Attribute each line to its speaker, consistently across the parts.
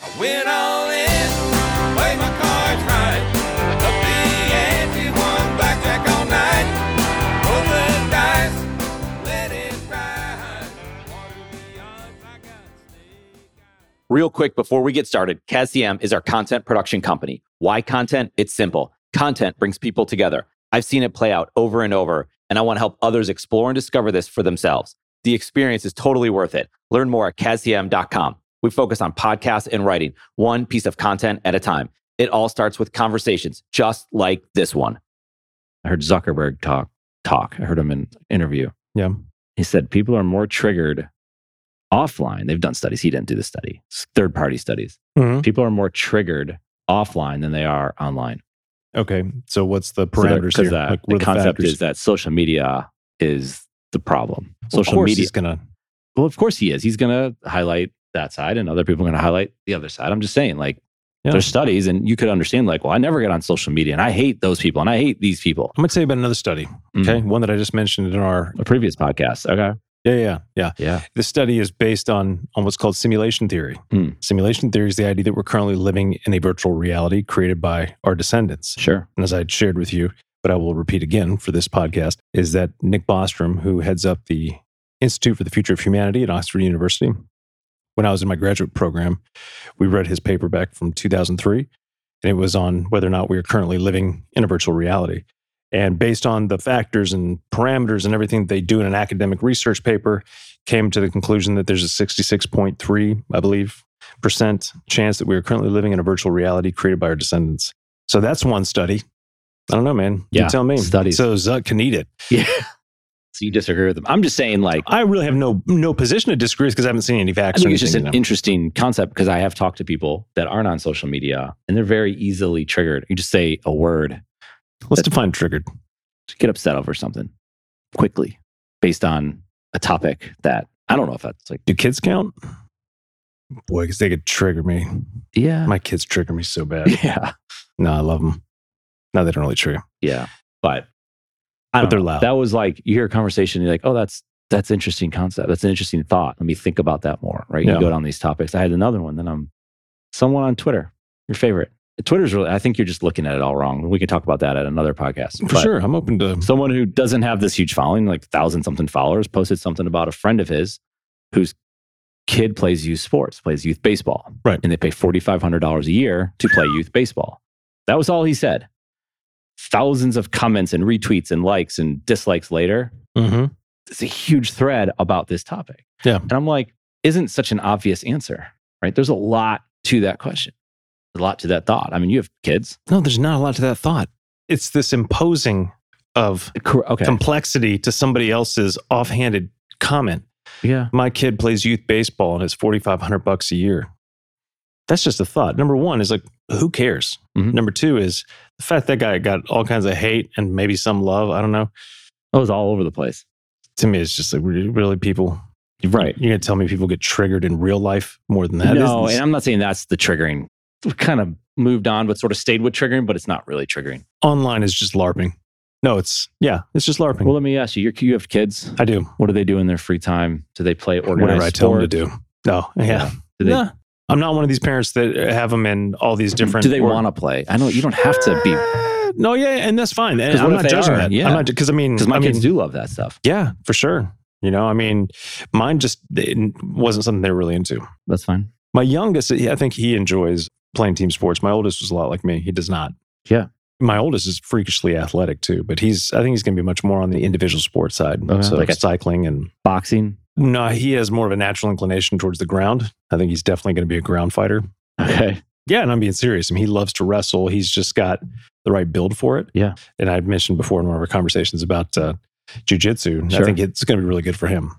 Speaker 1: I went all in, played my cards right. I took the ante, won blackjack all night. Roll the dice, let it ride. Water me odds, I got snake eyes.
Speaker 2: Real quick before we get started, CASDM is our content production company. Why content? It's simple. Content brings people together. I've seen it play out over and over, and I want to help others explore and discover this for themselves. The experience is totally worth it. Learn more at E CASDM.com. We focus on podcasts and writing, one piece of content at a time. It all starts with conversations, just like this one.
Speaker 3: I heard Zuckerberg talk. Talk. I heard him in an interview.
Speaker 4: Yeah.
Speaker 3: He said people are more triggered offline. They've done studies. He didn't do the study. Third party studies.
Speaker 4: Mhm.
Speaker 3: People are more triggered offline than they are online.
Speaker 4: Okay. So what's the
Speaker 3: So that-
Speaker 4: parameters
Speaker 3: 'cause
Speaker 4: here?
Speaker 3: that-
Speaker 4: Like, what
Speaker 3: the,
Speaker 4: are the
Speaker 3: concept
Speaker 4: factors?
Speaker 3: is that social media is the problem.
Speaker 4: Well, of
Speaker 3: social
Speaker 4: course
Speaker 3: media.
Speaker 4: is gonna.
Speaker 3: Well, of course he is. He's going to highlight that side, and other people are going to highlight the other side. I'm just saying, like,
Speaker 4: Yeah.
Speaker 3: there's studies, and you could understand, like, well, I never get on social media, and I hate those people, and I hate these people.
Speaker 4: I'm gonna tell you about another study.
Speaker 3: Mm.
Speaker 4: Okay, one that I just mentioned in our
Speaker 3: A previous podcast. Okay.
Speaker 4: yeah yeah yeah
Speaker 3: Yeah.
Speaker 4: This study is based on, on what's called simulation theory.
Speaker 3: Hmm.
Speaker 4: Simulation theory is the idea that we're currently living in a virtual reality created by our descendants.
Speaker 3: Sure.
Speaker 4: And as I had shared with you, but I will repeat again for this podcast, is that Nick Bostrom, who heads up the Institute for the Future of Humanity at Oxford University, when I was in my graduate program, we read his paper back from 2003, and it was on whether or not we are currently living in a virtual reality. And based on the factors and parameters and everything they do in an academic research paper, came to the conclusion that there's a 66.3, I believe, percent chance that we are currently living in a virtual reality created by our descendants. So that's one study. I don't know, man.
Speaker 3: Yeah,
Speaker 4: you tell me.
Speaker 3: studies.
Speaker 4: So Zuck can eat it.
Speaker 3: Yeah. so you disagree with them. I'm just saying, like,
Speaker 4: I really have no no position to disagree with because I haven't seen any
Speaker 3: I
Speaker 4: facts. or
Speaker 3: think it's just
Speaker 4: anything,
Speaker 3: an
Speaker 4: you know.
Speaker 3: interesting concept because I have talked to people that aren't on social media and they're very easily triggered. You just say a word
Speaker 4: Let's define triggered.
Speaker 3: to get upset over something quickly based on a topic that I don't know if that's like,
Speaker 4: Do kids count? Boy, because they could trigger me.
Speaker 3: yeah.
Speaker 4: My kids trigger me so bad.
Speaker 3: yeah.
Speaker 4: no, I love them. No, they don't really trigger.
Speaker 3: Yeah. But, I don't
Speaker 4: But they're
Speaker 3: know.
Speaker 4: loud.
Speaker 3: That was like, you hear a conversation, you're like, oh, that's, that's interesting concept. That's an interesting thought. Let me think about that more. Right.
Speaker 4: Yeah.
Speaker 3: You go down these topics. I had another one. Then I'm someone on Twitter, your favorite. Twitter's really, I think you're just looking at it all wrong. We can talk about that at another podcast.
Speaker 4: For sure. I'm open to.
Speaker 3: someone who doesn't have this huge following, like thousand something followers, posted something about a friend of his whose kid plays youth sports, plays youth baseball.
Speaker 4: Right.
Speaker 3: And they pay $4,500 a year to play youth baseball. That was all he said. Thousands of comments and retweets and likes and dislikes later.
Speaker 4: Mhm.
Speaker 3: It's a huge thread about this topic.
Speaker 4: Yeah.
Speaker 3: And I'm like, isn't such an obvious answer, right? There's a lot to that question, a lot to that thought. I mean, you have kids.
Speaker 4: No, there's not a lot to that thought. It's this imposing of
Speaker 3: Cor- Okay.
Speaker 4: complexity to somebody else's offhanded comment.
Speaker 3: yeah.
Speaker 4: My kid plays youth baseball and it's 4500 bucks a year. That's just a thought. Number 1 is like who cares?
Speaker 3: Mhm.
Speaker 4: Number 2 is the fact that guy got all kinds of hate and maybe some love, I don't know.
Speaker 3: It was all over the place.
Speaker 4: To me it's just like re- really people
Speaker 3: Right.
Speaker 4: you're going to tell me people get triggered in real life more than that.
Speaker 3: no,
Speaker 4: It's-
Speaker 3: and I'm not saying that's the triggering. We kind of moved on, but sort of stayed with triggering, but it's not really triggering.
Speaker 4: online is just larping. No, it's yeah, it's just larping.
Speaker 3: Well, let me ask you: you're, you have kids.
Speaker 4: I do
Speaker 3: What do they do in their free time? Do they play organized
Speaker 4: whatever I tell them to
Speaker 3: sports?
Speaker 4: do. No, yeah.
Speaker 3: Do they,
Speaker 4: Nah. I'm not one of these parents that have them in all these different.
Speaker 3: do they want to play? I know you don't have to be
Speaker 4: to? No, yeah, and that's fine. And
Speaker 3: 'Cause what
Speaker 4: I'm
Speaker 3: if
Speaker 4: not
Speaker 3: they
Speaker 4: judging
Speaker 3: are?
Speaker 4: that.
Speaker 3: Yeah.
Speaker 4: I'm not because I mean,
Speaker 3: because my
Speaker 4: I mean,
Speaker 3: kids do love that stuff.
Speaker 4: Yeah, for sure. You know, I mean, mine just it wasn't something they're really into.
Speaker 3: That's fine.
Speaker 4: My youngest, he- I think he enjoys playing team sports. My oldest was a lot like me. He does not.
Speaker 3: Yeah.
Speaker 4: My oldest is freakishly athletic too, but he's I think he's going to be much more on the individual sports side.
Speaker 3: Okay.
Speaker 4: So
Speaker 3: Oh, Like a-
Speaker 4: cycling and
Speaker 3: Boxing.
Speaker 4: no, he has more of a natural inclination towards the ground. I think he's definitely going to be a ground fighter.
Speaker 3: Okay.
Speaker 4: Yeah, and I'm being serious. I mean, he loves to wrestle. He's just got the right build for it.
Speaker 3: Yeah.
Speaker 4: And I've mentioned before in one of our conversations about uh, jujitsu. I
Speaker 3: Sure.
Speaker 4: think it's going to be really good for him.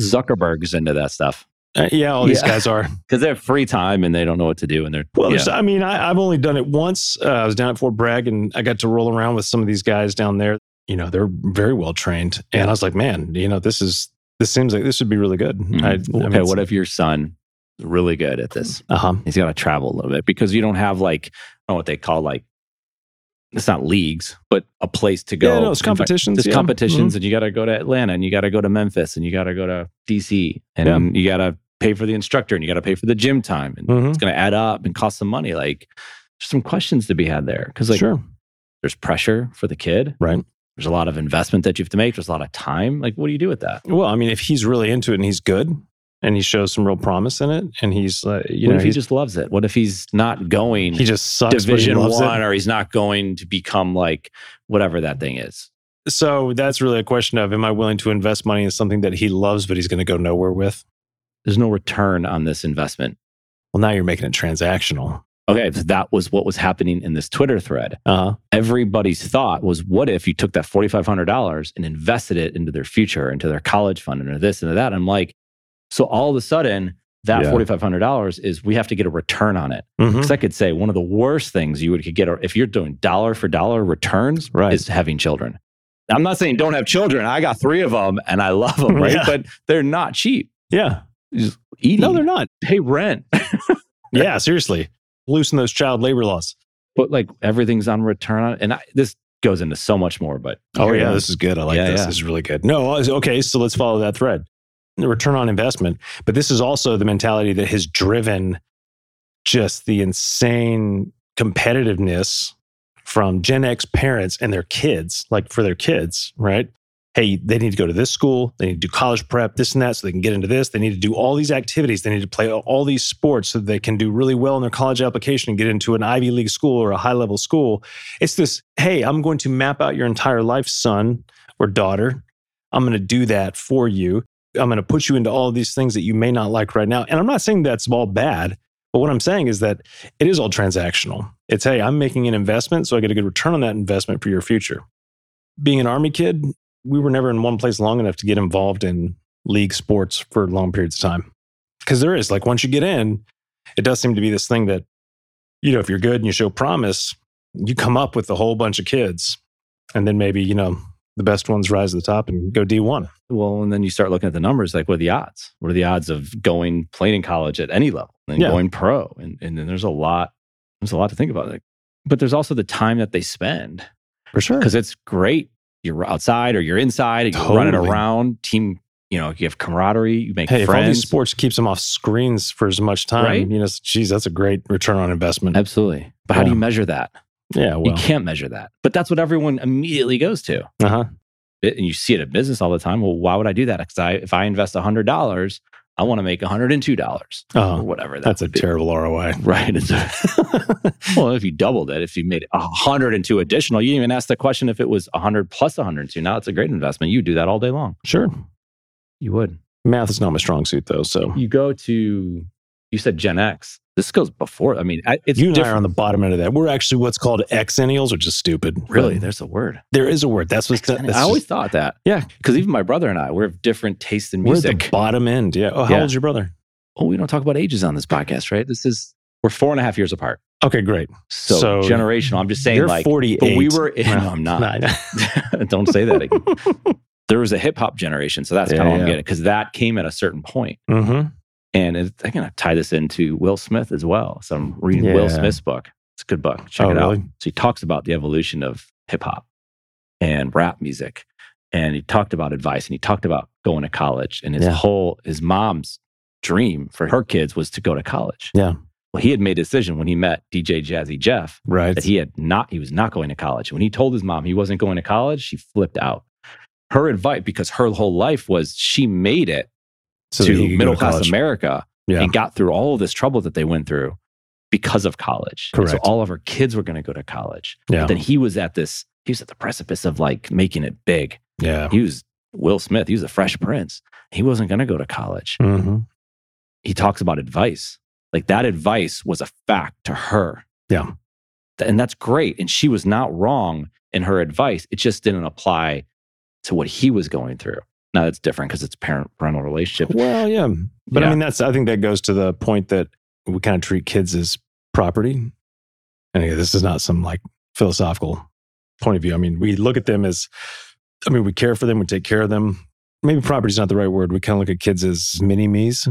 Speaker 3: Zuckerberg's into that stuff
Speaker 4: Uh, yeah, all these
Speaker 3: Yeah.
Speaker 4: guys are.
Speaker 3: because they have free time and they don't know what to do, and they're
Speaker 4: Well,
Speaker 3: yeah.
Speaker 4: there's I mean, I, I've only done it once. Uh, I was down at Fort Bragg and I got to roll around with some of these guys down there. You know, they're very well trained. And I was like, man, you know, this is, this seems like this would be really good.
Speaker 3: Mhm.
Speaker 4: I, I
Speaker 3: okay.
Speaker 4: mean,
Speaker 3: What if your son is really good at this?
Speaker 4: uh-huh.
Speaker 3: He's got to travel a little bit because you don't have like I don't know what they call like it's not leagues, but a place to go.
Speaker 4: Yeah, no, it's
Speaker 3: In fact,
Speaker 4: competitions.
Speaker 3: There's
Speaker 4: yeah. Mm-hmm.
Speaker 3: competitions, and you got to go to Atlanta, and you got to go to Memphis, and you got to go to DC, and
Speaker 4: Yeah.
Speaker 3: you got to pay for the instructor and you got to pay for the gym time and
Speaker 4: Mhm.
Speaker 3: it's going to add up and cost some money like there's some questions to be had there because like
Speaker 4: sure.
Speaker 3: there's pressure for the kid
Speaker 4: Right.
Speaker 3: there's a lot of investment that you have to make there's a lot of time like what do you do with that
Speaker 4: Well, I mean, if he's really into it and he's good and he shows some real promise in it and he's, uh, you
Speaker 3: what
Speaker 4: know,
Speaker 3: if he
Speaker 4: he's-
Speaker 3: just loves it what if he's not going
Speaker 4: he just sucks. but he
Speaker 3: division
Speaker 4: loves it.
Speaker 3: one or he's not going to become like whatever that thing is
Speaker 4: So that's really a question of am I willing to invest money in something that he loves, but he's going to go nowhere with?
Speaker 3: there's no return on this investment
Speaker 4: Well, now you're making it transactional.
Speaker 3: okay so that was what was happening in this twitter thread
Speaker 4: Uh huh.
Speaker 3: everybody's thought was what if you took that $4500 and invested it into their future into their college fund into this into that i'm like so all of a sudden that
Speaker 4: Yeah.
Speaker 3: $4500 is we have to get a return on it
Speaker 4: Mm-hmm.
Speaker 3: because i could say one of the worst things you would could get or if you're doing dollar for dollar returns
Speaker 4: Right.
Speaker 3: is having children i'm not saying don't have children i got three of them and i love them right
Speaker 4: Yeah.
Speaker 3: but they're not cheap
Speaker 4: Yeah.
Speaker 3: eating
Speaker 4: No, they're not.
Speaker 3: pay rent
Speaker 4: Yeah, seriously. Loosen those child labor laws.
Speaker 3: but like everything's on return on and I, this goes into so much more but
Speaker 4: Oh
Speaker 3: Here it
Speaker 4: yeah,
Speaker 3: is.
Speaker 4: this is good. I like
Speaker 3: Yeah,
Speaker 4: this.
Speaker 3: yeah.
Speaker 4: This is really good. No, it's- okay, so let's follow that thread. The return on investment, but this is also the mentality that has driven just the insane competitiveness from Gen X parents and their kids, like for their kids, right? Hey, they need to go to this school. They need to do college prep, this and that, so they can get into this. They need to do all these activities. They need to play all these sports so that they can do really well in their college application and get into an Ivy League school or a high level school. It's this, hey, I'm going to map out your entire life, son or daughter. I'm going to do that for you. I'm going to put you into all of these things that you may not like right now. And I'm not saying that's all bad, but what I'm saying is that it is all transactional. It's, hey, I'm making an investment, so I get a good return on that investment for your future. Being an Army kid, we were never in one place long enough to get involved in league sports for long periods of time. Because there is, like, once you get in, it does seem to be this thing that, you know, if you're good and you show promise, you come up with a whole bunch of kids and then maybe you know the best ones rise to the top and go d1
Speaker 3: Well, and then you start looking at the numbers like, what are the odds? What are the odds of going playing in college at any level and
Speaker 4: Yeah.
Speaker 3: going pro? And, and then there's a lot, there's a lot to think about. Like, but there's also the time that they spend
Speaker 4: for sure
Speaker 3: because it's great. You're outside or you're inside and you're running
Speaker 4: Totally.
Speaker 3: around, team, you know, you have camaraderie, you make
Speaker 4: hey if all
Speaker 3: friends.
Speaker 4: these sports keeps them off screens for as much time
Speaker 3: Right?
Speaker 4: you know geez that's a great return on investment
Speaker 3: Absolutely. But how do
Speaker 4: Yeah.
Speaker 3: you measure that?
Speaker 4: yeah well
Speaker 3: you can't measure that. But that's what everyone immediately goes to.
Speaker 4: uh-huh
Speaker 3: It- and you see it in business all the time. Well, why would I do that? Because I, if I invest $100, I want to make $102 or
Speaker 4: oh
Speaker 3: whatever. That
Speaker 4: that's a
Speaker 3: would be.
Speaker 4: terrible roi
Speaker 3: Right. It's a, well, if you doubled it, if you made it 102 additional, you didn't even asked the question if it was 100 plus 102. Now it's a great investment. You do that all day long.
Speaker 4: sure
Speaker 3: You would.
Speaker 4: math is not my strong suit though so
Speaker 3: You go to, you said Gen X. This goes before. I mean, I, it's
Speaker 4: you and I are
Speaker 3: different.
Speaker 4: on the bottom end of that. We're actually what's called exennials, which is stupid.
Speaker 3: really,
Speaker 4: But
Speaker 3: there's a word.
Speaker 4: there is a word. That's what's. That's
Speaker 3: I always thought that.
Speaker 4: Yeah.
Speaker 3: Because even my brother and I, we're of different tastes in
Speaker 4: we're at
Speaker 3: music.
Speaker 4: the bottom end. Yeah. Oh, how
Speaker 3: Yeah.
Speaker 4: old's your brother?
Speaker 3: oh, we don't talk about ages on this podcast, right? This is, we're four and a half years apart.
Speaker 4: Okay, great.
Speaker 3: So,
Speaker 4: So
Speaker 3: generational. I'm just saying,
Speaker 4: You're
Speaker 3: like,
Speaker 4: forty-eight.
Speaker 3: but we were, in,
Speaker 4: Well,
Speaker 3: no, I'm not.
Speaker 4: No, I know.
Speaker 3: don't say that again. there was a hip hop generation, so that's
Speaker 4: Yeah,
Speaker 3: kind of what
Speaker 4: yeah.
Speaker 3: I'm getting because that came at a certain point.
Speaker 4: Mm-hmm.
Speaker 3: And it, I'm gonna tie this into Will Smith as well. So I'm reading Will
Speaker 4: Yeah.
Speaker 3: Smith's book. It's a good book. Check
Speaker 4: Oh,
Speaker 3: it out.
Speaker 4: really?
Speaker 3: So he talks about the evolution of hip hop and rap music, and he talked about advice and he talked about going to college and his
Speaker 4: Yeah.
Speaker 3: whole his mom's dream for her kids was to go to college.
Speaker 4: Yeah.
Speaker 3: Well, he had made a decision when he met DJ Jazzy Jeff
Speaker 4: Right.
Speaker 3: that he had not he was not going to college when he told his mom he wasn't going to college she flipped out her advice because her whole life was she made it
Speaker 4: So that he could
Speaker 3: to
Speaker 4: go
Speaker 3: middle class
Speaker 4: college.
Speaker 3: america
Speaker 4: Yeah.
Speaker 3: and got through all of this trouble that they went through because of college And
Speaker 4: Correct.
Speaker 3: so all of her kids were going to go to college
Speaker 4: Yeah.
Speaker 3: but then he was at this he was at the precipice of like making it big
Speaker 4: Yeah.
Speaker 3: he was will smith he was a fresh prince he wasn't going to go to college
Speaker 4: Mm-hmm.
Speaker 3: he talks about advice. Like that advice was a fact to her.
Speaker 4: Yeah.
Speaker 3: Th- And that's great. And she was not wrong in her advice. It just didn't apply to what he was going through. Now that's different because it's parent parental relationship.
Speaker 4: Well, yeah. But I
Speaker 3: Yeah.
Speaker 4: mean, that's, I think that goes to the point that we kind of treat kids as property. And again, this is not some like philosophical point of view. I mean, we look at them as, I mean, we care for them, we take care of them. Maybe property's not the right word. We kind of look at kids as mini me's,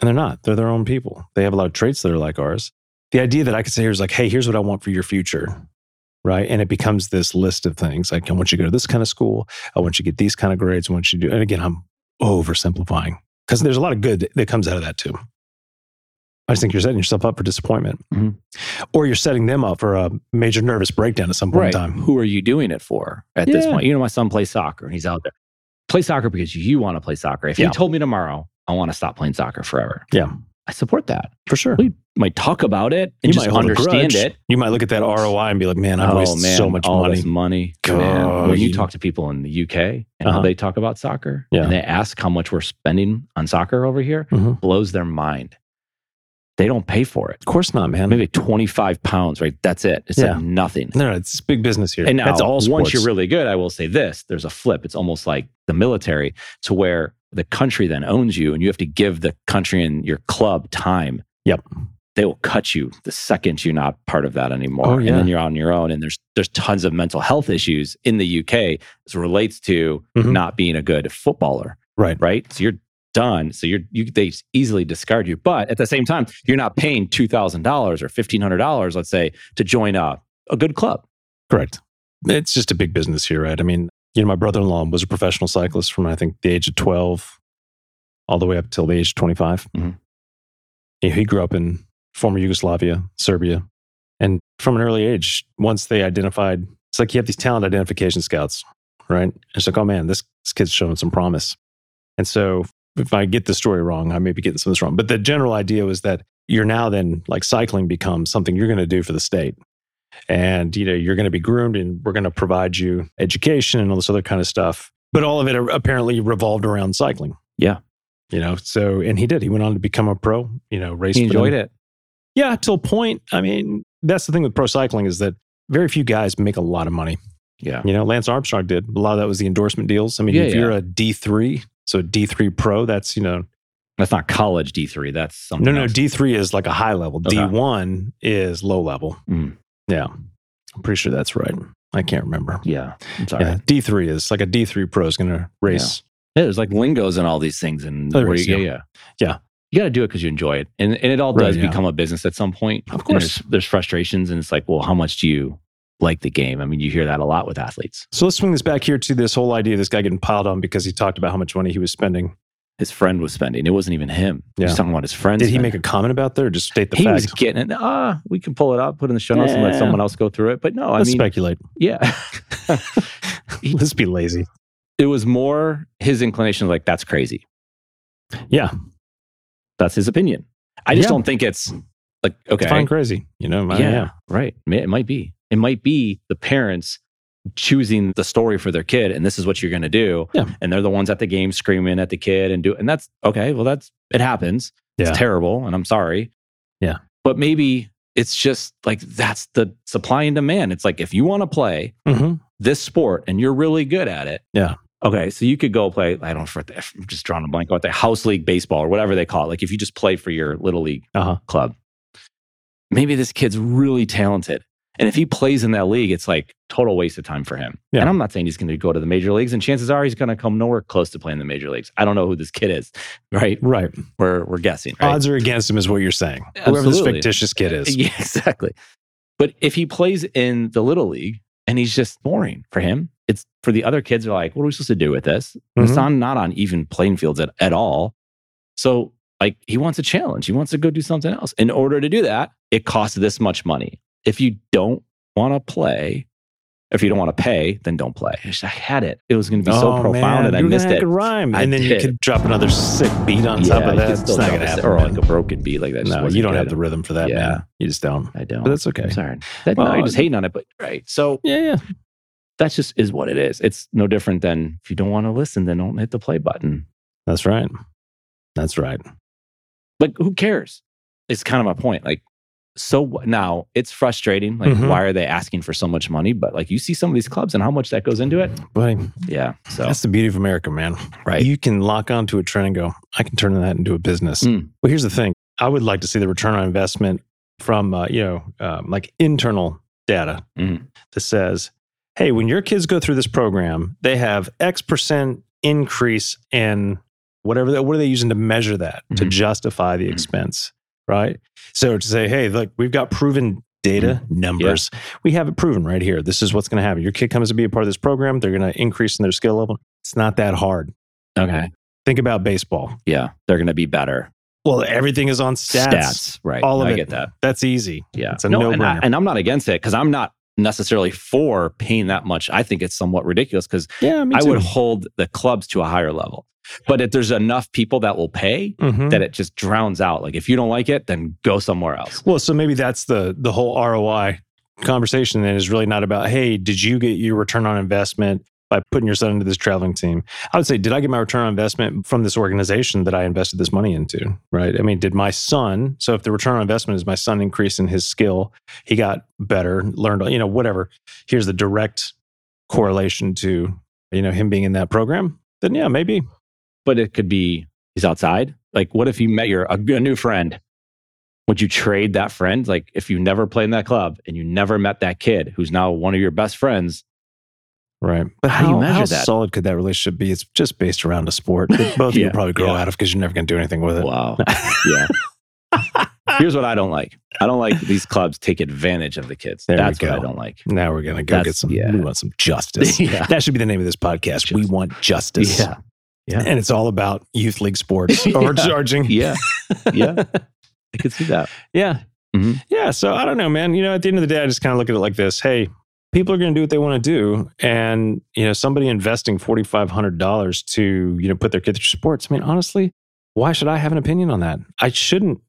Speaker 4: and they're not. They're their own people. They have a lot of traits that are like ours. The idea that I could say here is like, hey, here's what I want for your future. Right. And it becomes this list of things like, I want you to go to this kind of school. I want you to get these kind of grades. I want you to do, and again, I'm oversimplifying because there's a lot of good that- that comes out of that too. I just think you're setting yourself up for disappointment,
Speaker 3: Mhm.
Speaker 4: or you're setting them up for a major nervous breakdown at some point in time.
Speaker 3: Who are you doing it for at this
Speaker 4: Yeah.
Speaker 3: point? You know, my son plays soccer and he's out there. Play soccer because you want to play soccer. If
Speaker 4: Yeah.
Speaker 3: he told me tomorrow, I want to stop playing soccer forever.
Speaker 4: Yeah.
Speaker 3: I support that.
Speaker 4: For sure,
Speaker 3: We might talk about it and
Speaker 4: you
Speaker 3: just
Speaker 4: might hold a
Speaker 3: understand
Speaker 4: grudge.
Speaker 3: it.
Speaker 4: You might look at that ROI and be like, "Man, I've wasted so much
Speaker 3: Oh, all
Speaker 4: money."
Speaker 3: This money.
Speaker 4: God.
Speaker 3: Man, When you talk to people in the UK and how
Speaker 4: Uh-huh.
Speaker 3: they talk about soccer
Speaker 4: Yeah.
Speaker 3: and they ask how much we're spending on soccer over here,
Speaker 4: Mhm.
Speaker 3: blows their mind. They don't pay for it.
Speaker 4: Of course not, man.
Speaker 3: Maybe 25 pounds, right? That's it. It's
Speaker 4: Yeah.
Speaker 3: like nothing.
Speaker 4: No, no, it's big business here.
Speaker 3: And now,
Speaker 4: That's all sports.
Speaker 3: once you're really good, I will say this: there's a flip. It's almost like the military, to where the country then owns you, and you have to give the country and your club time.
Speaker 4: Yep.
Speaker 3: They will cut you the second you're not part of that anymore,
Speaker 4: Oh, yeah.
Speaker 3: and then you're on your own. And there's there's tons of mental health issues in the UK as relates to
Speaker 4: Mhm.
Speaker 3: not being a good footballer,
Speaker 4: right.
Speaker 3: right? So you're done. So you're you they easily discard you. But at the same time, you're not paying two thousand dollars or fifteen hundred dollars, let's say, to join a a good club.
Speaker 4: Correct. It's just a big business here, right? I mean, you know, my brother in law was a professional cyclist from I think the age of twelve, all the way up till the age of twenty
Speaker 3: Mhm.
Speaker 4: he grew up in former Yugoslavia, Serbia, and from an early age, once they identified, it's like you have these talent identification scouts, right? It's like, oh man, this, this kid's showing some promise, and so if I get the story wrong, I may be getting some of this wrong, but the general idea was that you're now then like cycling becomes something you're going to do for the state and you know you're going to be groomed and we're going to provide you education and all this other kind of stuff but all of it apparently revolved around cycling
Speaker 3: Yeah.
Speaker 4: you know so and he did he went on to become a pro you know race
Speaker 3: He enjoyed
Speaker 4: it.
Speaker 3: it.
Speaker 4: Yeah, till point. I mean, that's the thing with pro cycling is that very few guys make a lot of money.
Speaker 3: Yeah.
Speaker 4: You know, Lance Armstrong did. A lot of that was the endorsement deals. I mean,
Speaker 3: Yeah,
Speaker 4: if you're a D3, so D3 pro, that's, you know,
Speaker 3: That's not college D three. That's something.
Speaker 4: no, no,
Speaker 3: else.
Speaker 4: D3 is like a high level.
Speaker 3: Oh, Okay.
Speaker 4: D1 is low level.
Speaker 3: Mm.
Speaker 4: Yeah. I'm pretty sure that's right. I can't remember.
Speaker 3: yeah, I'm sorry.
Speaker 4: Yeah. D3 is like a D3 pro is going to race.
Speaker 3: Yeah, there's like lingos and all these things, and
Speaker 4: Oh, there
Speaker 3: where
Speaker 4: is,
Speaker 3: you,
Speaker 4: yeah.
Speaker 3: yeah,
Speaker 4: Yeah.
Speaker 3: You got to do it because you enjoy it, and and it all does
Speaker 4: Right, yeah.
Speaker 3: become a business at some point.
Speaker 4: Of
Speaker 3: And
Speaker 4: course.
Speaker 3: there's, there's frustrations, and it's like, well, how much do you like the game? I mean, you hear that a lot with athletes.
Speaker 4: So let's swing this back here to this whole idea of this guy getting piled on because he talked about how much money he was spending.
Speaker 3: His friend was spending. It wasn't even him. He
Speaker 4: Yeah.
Speaker 3: was talking about his friends.
Speaker 4: Did he make a comment about that or just state the
Speaker 3: he
Speaker 4: fact?
Speaker 3: was getting it. Ah, we can pull it up, put it in the show notes, and let
Speaker 4: Yeah.
Speaker 3: someone else go through it. But no, I
Speaker 4: Let's
Speaker 3: mean,
Speaker 4: speculate.
Speaker 3: yeah,
Speaker 4: Let's be lazy.
Speaker 3: it was more his inclination. Like that's crazy.
Speaker 4: Yeah.
Speaker 3: That's his opinion. I just
Speaker 4: Yeah.
Speaker 3: don't think it's like okay.
Speaker 4: Define crazy. You know,
Speaker 3: yeah,
Speaker 4: yeah. yeah.
Speaker 3: right. Ma- It might be. It might be the parents choosing the story for their kid, and this is what you're going to do.
Speaker 4: Yeah.
Speaker 3: And they're the ones at the game screaming at the kid and do. And that's okay. Well, that's it happens.
Speaker 4: Yeah.
Speaker 3: It's terrible, and I'm sorry.
Speaker 4: Yeah.
Speaker 3: But maybe it's just like that's the supply and demand. It's like if you want to play,
Speaker 4: Mm-hmm.
Speaker 3: this sport and you're really good at it.
Speaker 4: Yeah.
Speaker 3: Okay. So you could go play, I don't know, I'm just drawing a blank about the house league baseball or whatever they call it. Like if you just play for your little league
Speaker 4: Uh-huh.
Speaker 3: club, maybe this kid's really talented. And if he plays in that league, it's like total waste of time for him.
Speaker 4: Yeah.
Speaker 3: And I'm not saying he's going to go to the major leagues, and chances are he's going to come nowhere close to playing the major leagues. I don't know who this kid is, right?
Speaker 4: Right.
Speaker 3: We're, we're guessing, right?
Speaker 4: Odds are against him, is what you're saying. Whoever this
Speaker 3: Absolutely.
Speaker 4: fictitious kid is.
Speaker 3: Yeah, exactly. But if he plays in the little league and he's just boring for him, it's for the other kids are like, what are we supposed to do with this?
Speaker 4: Mhm.
Speaker 3: It's on not on even playing fields at, at all. So like he wants a challenge. He wants to go do something else. In order to do that, it costs this much money. If you don't want to play, if you don't want to pay, then don't play. I just- I had it. It was going to be so
Speaker 4: Oh,
Speaker 3: profound
Speaker 4: man.
Speaker 3: and I
Speaker 4: You were gonna
Speaker 3: missed
Speaker 4: have
Speaker 3: it.
Speaker 4: to rhyme.
Speaker 3: I
Speaker 4: and then you
Speaker 3: did.
Speaker 4: could drop another sick beat on top of
Speaker 3: you
Speaker 4: that.
Speaker 3: could
Speaker 4: It's
Speaker 3: still
Speaker 4: not
Speaker 3: drop
Speaker 4: going to
Speaker 3: a-
Speaker 4: happen.
Speaker 3: Or
Speaker 4: man.
Speaker 3: like a broken beat like that. just
Speaker 4: no,
Speaker 3: wasn't
Speaker 4: you don't
Speaker 3: good.
Speaker 4: have the rhythm for that,
Speaker 3: Yeah.
Speaker 4: man. You just don't.
Speaker 3: I
Speaker 4: But
Speaker 3: don't.
Speaker 4: that's okay.
Speaker 3: I'm sorry. That, no,
Speaker 4: Well,
Speaker 3: you're just hating on it, but right. So
Speaker 4: Yeah, yeah.
Speaker 3: that's just is what it is. It's no different than if you don't want to listen, then don't hit the play button.
Speaker 4: That's right. That's right.
Speaker 3: Like who cares? It's kind of my point. Like so what- now it's frustrating. Like
Speaker 4: Mhm.
Speaker 3: why are they asking for so much money? But like you see some of these clubs and how much that goes into it.
Speaker 4: Buddy,
Speaker 3: Yeah. So
Speaker 4: that's the beauty of America, man.
Speaker 3: right.
Speaker 4: You can lock onto a trend and go, I can turn that into a business.
Speaker 3: Mm.
Speaker 4: Well, here's the thing. I would like to see the return on investment from, uh, you know, um, like internal data
Speaker 3: Mhm.
Speaker 4: that says, hey, when your kids go through this program, they have X percent increase in whatever, that, what are they using to measure that to
Speaker 3: Mhm.
Speaker 4: justify the
Speaker 3: Mhm.
Speaker 4: expense, right? So to say, hey, look, we've got proven data
Speaker 3: Mm-hmm.
Speaker 4: numbers. We have it proven right here. This is what's going to happen. Your kid comes to be a part of this program, they're going to increase in their skill level. It's not that hard.
Speaker 3: Okay.
Speaker 4: Think about baseball.
Speaker 3: Yeah, they're going to be better.
Speaker 4: Well, everything is on stats.
Speaker 3: right?
Speaker 4: All of
Speaker 3: I
Speaker 4: it.
Speaker 3: get that.
Speaker 4: That's easy.
Speaker 3: Yeah,
Speaker 4: It's a
Speaker 3: and, I,
Speaker 4: no-brainer.
Speaker 3: and I'm not against it because I'm not necessarily for paying that much. I think it's somewhat ridiculous because
Speaker 4: Yeah, me
Speaker 3: I would
Speaker 4: too.
Speaker 3: hold the clubs to a higher level. But if there's enough people that will pay,
Speaker 4: Mhm.
Speaker 3: that it just drowns out. Like if you don't like it, then go somewhere else.
Speaker 4: Well, so maybe that's the the whole ROI conversation that is really not about, hey, did you get your return on investment by putting your son into this traveling team? I would say, did I get my return on investment from this organization that I invested this money into? Right. I mean, did my son, so if the return on investment is my son increasing his skill, he got better, learned, you know, whatever. Here's the direct correlation to, you know, him being in that program, then yeah, maybe.
Speaker 3: But it could be he's outside. Like what if you met your a, a new friend? Would you trade that friend? Like if you never played in that club and you never met that kid who's now one of your best friends,
Speaker 4: Right. But
Speaker 3: How
Speaker 4: how,
Speaker 3: do you measure
Speaker 4: how
Speaker 3: that?
Speaker 4: solid could that relationship be? It's just based around a sport that both of you
Speaker 3: Yeah,
Speaker 4: probably grow
Speaker 3: yeah.
Speaker 4: out of because you're never going to do anything with it.
Speaker 3: Wow. yeah. Here's what I don't like. I don't like these clubs take advantage of the kids.
Speaker 4: There we
Speaker 3: That's what I
Speaker 4: go.
Speaker 3: don't like.
Speaker 4: Now we're going to go
Speaker 3: That's-
Speaker 4: get some,
Speaker 3: yeah.
Speaker 4: we want some justice.
Speaker 3: Yeah.
Speaker 4: That should be the name of this podcast. We
Speaker 3: Justice.
Speaker 4: want justice.
Speaker 3: Yeah. Yeah.
Speaker 4: And it's all about youth league sports
Speaker 3: Yeah.
Speaker 4: overcharging.
Speaker 3: Yeah. Yeah. I could see that.
Speaker 4: Yeah.
Speaker 3: Mhm.
Speaker 4: Yeah. So I don't know, man. You know, at the end of the day, I just kind of look at it like this Hey, people are going to do what they want to do. And, you know, somebody investing $4,500 to, you know, put their kid through sports. I mean, honestly, why should I have an opinion on that? I shouldn't.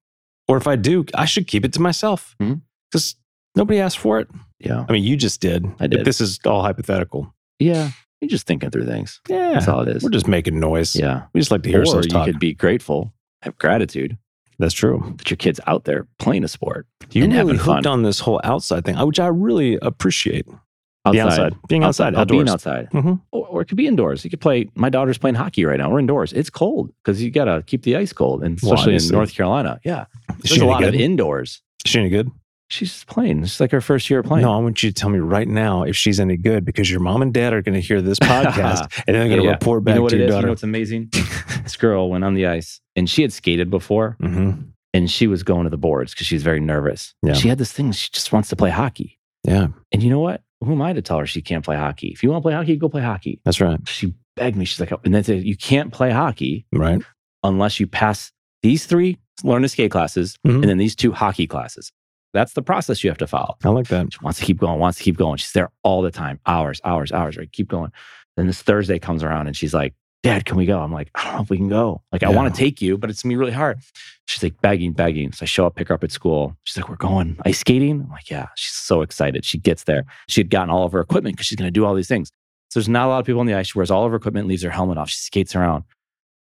Speaker 4: Or if I do, I should keep it to myself
Speaker 3: Mhm.
Speaker 4: because nobody asked for it.
Speaker 3: Yeah.
Speaker 4: I mean, you just did.
Speaker 3: I did.
Speaker 4: But This is all hypothetical.
Speaker 3: Yeah. You're just thinking through things.
Speaker 4: Yeah.
Speaker 3: That's all it is.
Speaker 4: We're just making noise.
Speaker 3: yeah.
Speaker 4: We just like to hear
Speaker 3: Or
Speaker 4: ourselves
Speaker 3: you
Speaker 4: talk.
Speaker 3: could be grateful, have gratitude
Speaker 4: That's true.
Speaker 3: that your kid's out there playing a sport.
Speaker 4: You
Speaker 3: and
Speaker 4: really
Speaker 3: having fun.
Speaker 4: hooked on this whole outside thing, uh, which I really appreciate.
Speaker 3: Outside.
Speaker 4: The outside, being outside,
Speaker 3: Out-
Speaker 4: outdoors.
Speaker 3: Being outside.
Speaker 4: Mhm.
Speaker 3: Or, or it could be indoors. You could play. My daughter's playing hockey right now. We're indoors. It's cold because you got to keep the ice cold, and
Speaker 4: Well,
Speaker 3: especially in
Speaker 4: obviously.
Speaker 3: North Carolina. Yeah.
Speaker 4: Is
Speaker 3: There's
Speaker 4: she
Speaker 3: a
Speaker 4: any
Speaker 3: lot of
Speaker 4: good?
Speaker 3: indoors.
Speaker 4: Is she any good?
Speaker 3: She's just playing. It's like her first year playing.
Speaker 4: No, I want you to tell me right now if she's any good because your mom and dad are going to hear this podcast and they're going to
Speaker 3: Yeah.
Speaker 4: report
Speaker 3: you
Speaker 4: back
Speaker 3: know what
Speaker 4: to
Speaker 3: it
Speaker 4: your
Speaker 3: is? You
Speaker 4: daughter.
Speaker 3: know what's amazing? this girl went on the ice and she had skated before
Speaker 4: Mhm.
Speaker 3: and she was going to the boards because she's very nervous.
Speaker 4: Yeah.
Speaker 3: She had this thing. She just wants to play hockey.
Speaker 4: Yeah,
Speaker 3: And you know what? Who am I to tell her she can't play hockey? If you want to play hockey, go play hockey.
Speaker 4: that's right.
Speaker 3: She begged me. She's like, "Oh," and then said, you can't play hockey
Speaker 4: Right.
Speaker 3: unless you pass these three learn to skate classes
Speaker 4: Mhm.
Speaker 3: and then these two hockey classes. That's the process you have to follow.
Speaker 4: I like that.
Speaker 3: She wants to keep going, wants to keep going. She's there all the time, hours, hours, hours, right? Keep going. Then this Thursday comes around and she's like, Dad, can we go? I'm like, I don't know if we can go. Like, I
Speaker 4: Yeah.
Speaker 3: want to take you, but it's gonna be really hard. She's like, begging, begging. So I show up, pick her up at school. She's like, We're going ice skating. I'm like, Yeah. She's so excited. She gets there. She had gotten all of her equipment because she's gonna do all these things. So there's not a lot of people in the ice. She wears all of her equipment, leaves her helmet off. She skates around.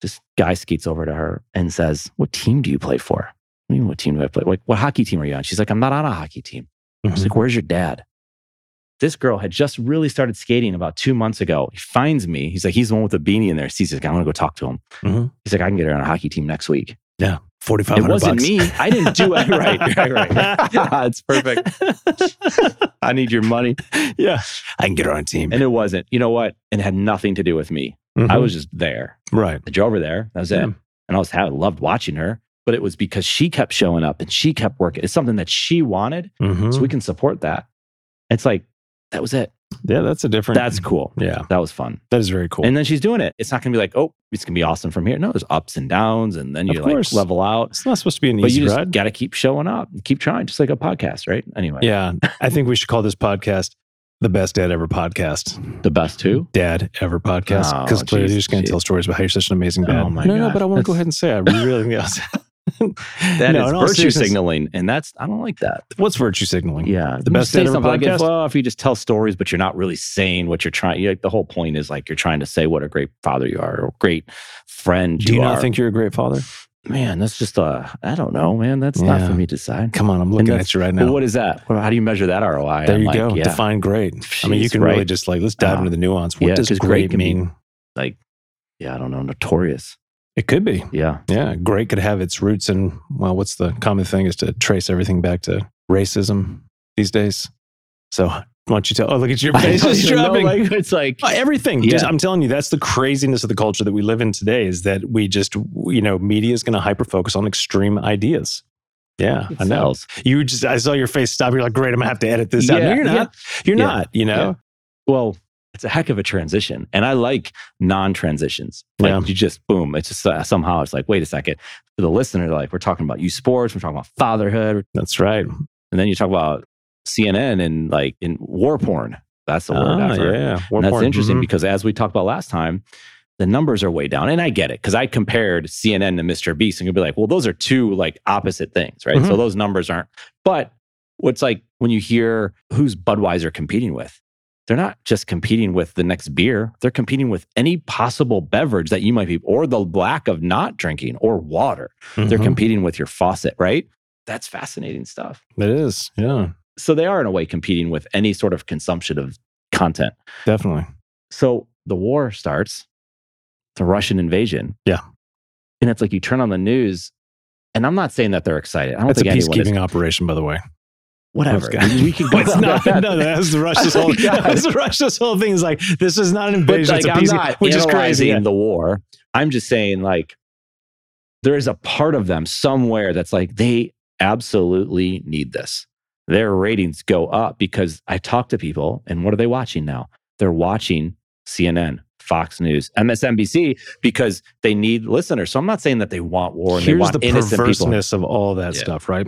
Speaker 3: This guy skates over to her and says, What team do you play for? I mean, what team do I play? Like, what hockey team are you on? She's like, I'm not on a hockey team. I was
Speaker 4: Mhm.
Speaker 3: like, Where's your dad? This girl had just really started skating about two months ago. He finds me. He's like, He's the one with the beanie in there. He's like, I'm going to go talk to him.
Speaker 4: Mhm.
Speaker 3: He's like, I can get her on a hockey team next week.
Speaker 4: Yeah, forty five
Speaker 3: It
Speaker 4: hundred.
Speaker 3: wasn't me. I didn't do it. right, right, right. it's perfect. I need your money.
Speaker 4: yeah, I can get her on a team.
Speaker 3: And it wasn't, you know what? And it had nothing to do with me. I
Speaker 4: Mhm.
Speaker 3: was just there.
Speaker 4: right.
Speaker 3: I drove her there. That was it.
Speaker 4: Yeah.
Speaker 3: And I was I loved watching her. But it was because she kept showing up and she kept working. It's something that she wanted.
Speaker 4: Mhm.
Speaker 3: So we can support that. It's like, that was it.
Speaker 4: yeah, that's a different.
Speaker 3: That's cool.
Speaker 4: yeah,
Speaker 3: That was fun.
Speaker 4: that is very cool.
Speaker 3: And then she's doing it. It's not going to be like, oh, it's going to be awesome from here. No, there's ups and downs, and then
Speaker 4: Of
Speaker 3: you like
Speaker 4: course.
Speaker 3: level out.
Speaker 4: it's not supposed to be an
Speaker 3: But
Speaker 4: easy
Speaker 3: you just
Speaker 4: ride.
Speaker 3: got to keep showing up, and keep trying, just like a podcast, right? Anyway,
Speaker 4: yeah, I think we should call this podcast the best dad ever podcast.
Speaker 3: the best two.
Speaker 4: dad ever podcast
Speaker 3: Oh,
Speaker 4: because clearly
Speaker 3: geez,
Speaker 4: you're just going
Speaker 3: geez.
Speaker 4: to tell stories about how you're such an amazing dad.
Speaker 3: Oh, my
Speaker 4: no, no,
Speaker 3: God.
Speaker 4: but I want to go
Speaker 3: That's-
Speaker 4: ahead and say I really think that's
Speaker 3: That
Speaker 4: No,
Speaker 3: is
Speaker 4: in all
Speaker 3: virtue
Speaker 4: seriousness-
Speaker 3: signaling, and that's I don't like that.
Speaker 4: What's virtue signaling?
Speaker 3: Yeah,
Speaker 4: The best
Speaker 3: say
Speaker 4: dad ever
Speaker 3: something like if,
Speaker 4: podcast?
Speaker 3: well, if you just tell stories, but you're not really saying what you're trying. Like, the whole point is like you're trying to say what a great father you are, or great friend.
Speaker 4: Do you,
Speaker 3: are.
Speaker 4: not think you're a great father?
Speaker 3: man, that's just uh, I don't know, man. That's not
Speaker 4: Yeah.
Speaker 3: for me to decide.
Speaker 4: Come on, I'm looking
Speaker 3: that's-
Speaker 4: at you right
Speaker 3: But
Speaker 4: now.
Speaker 3: what is that? Well, How do you measure that ROI?
Speaker 4: there
Speaker 3: I'm
Speaker 4: you
Speaker 3: like,
Speaker 4: go.
Speaker 3: Yeah,
Speaker 4: Define great. I mean, you
Speaker 3: Jeez,
Speaker 4: can
Speaker 3: right.
Speaker 4: really just like let's dive
Speaker 3: Ah.
Speaker 4: into the nuance. What
Speaker 3: Yeah,
Speaker 4: does
Speaker 3: 'cause great
Speaker 4: great
Speaker 3: can be-
Speaker 4: mean?
Speaker 3: yeah, I don't know, notorious.
Speaker 4: It could be.
Speaker 3: Yeah.
Speaker 4: Yeah, great could have its roots in well, what's the common thing is to trace everything back to racism these days. So why don't you tell? Oh, look at your face
Speaker 3: I
Speaker 4: is
Speaker 3: don't know,
Speaker 4: dropping.
Speaker 3: like, it's like
Speaker 4: Uh, Everything.
Speaker 3: Yeah.
Speaker 4: Just, I'm telling you, that's the craziness of the culture that we live in today is that we just, you know, media is going to hyper focus on extreme ideas. Yeah, I know.
Speaker 3: Cells.
Speaker 4: You just, I saw your face stop. You're like, great, I'm going to have to edit this out. No,
Speaker 3: Yeah,
Speaker 4: you're not. You're
Speaker 3: yeah,
Speaker 4: not, you know?
Speaker 3: Well, it's a heck of a transition. And I like non transitions. Like
Speaker 4: Yeah.
Speaker 3: you just boom, it's just uh, somehow it's like, wait a second. For the listener, like we're talking about you sports, we're talking about fatherhood,
Speaker 4: That's right.
Speaker 3: and then you talk about CNN and like in war porn. That's the word.
Speaker 4: Ah,
Speaker 3: I've heard.
Speaker 4: yeah. War
Speaker 3: And that's
Speaker 4: porn.
Speaker 3: interesting
Speaker 4: Mhm.
Speaker 3: because as we talked about last time, the numbers are way down. And I get it because I compared CNN to Mr. Beast and you'll be like, well, those are two like opposite things, right?
Speaker 4: Mhm.
Speaker 3: So those numbers aren't. But what's like when you hear who's Budweiser competing with, they're not just competing with the next beer, they're competing with any possible beverage that you might be, or the lack of not drinking or water. They're
Speaker 4: Mhm.
Speaker 3: competing with your faucet, right? That's fascinating stuff
Speaker 4: Mm-hmm. It is. Yeah,
Speaker 3: so they are in a way competing with any sort of consumption of content.
Speaker 4: definitely.
Speaker 3: So the war starts, the Russian invasion.
Speaker 4: Yeah.
Speaker 3: And it's like you turn on the news, and I'm not saying that they're excited. I don't
Speaker 4: That's a
Speaker 3: think anyone is.
Speaker 4: peacekeeping operation, by the way.
Speaker 3: Whatever.
Speaker 4: That's good.
Speaker 3: we can go
Speaker 4: it's
Speaker 3: down
Speaker 4: not.
Speaker 3: that
Speaker 4: No,
Speaker 3: path.
Speaker 4: that's the Russia's
Speaker 3: Oh,
Speaker 4: whole.
Speaker 3: God.
Speaker 4: That's the Russia's whole thing. Is like this is not an
Speaker 3: But
Speaker 4: invasion.
Speaker 3: like, I'm
Speaker 4: it's a peace,
Speaker 3: not
Speaker 4: which is crazy.
Speaker 3: in the war. I'm just saying, like, there is a part of them somewhere that's like they absolutely need this. Their ratings go up because I talk to people, and what are they watching now? They're watching CNN, Fox News, MSNBC because they need listeners. So I'm not saying that they want war and they
Speaker 4: Here's
Speaker 3: want
Speaker 4: the
Speaker 3: innocent people.
Speaker 4: perverseness of all that
Speaker 3: Yeah.
Speaker 4: stuff, right?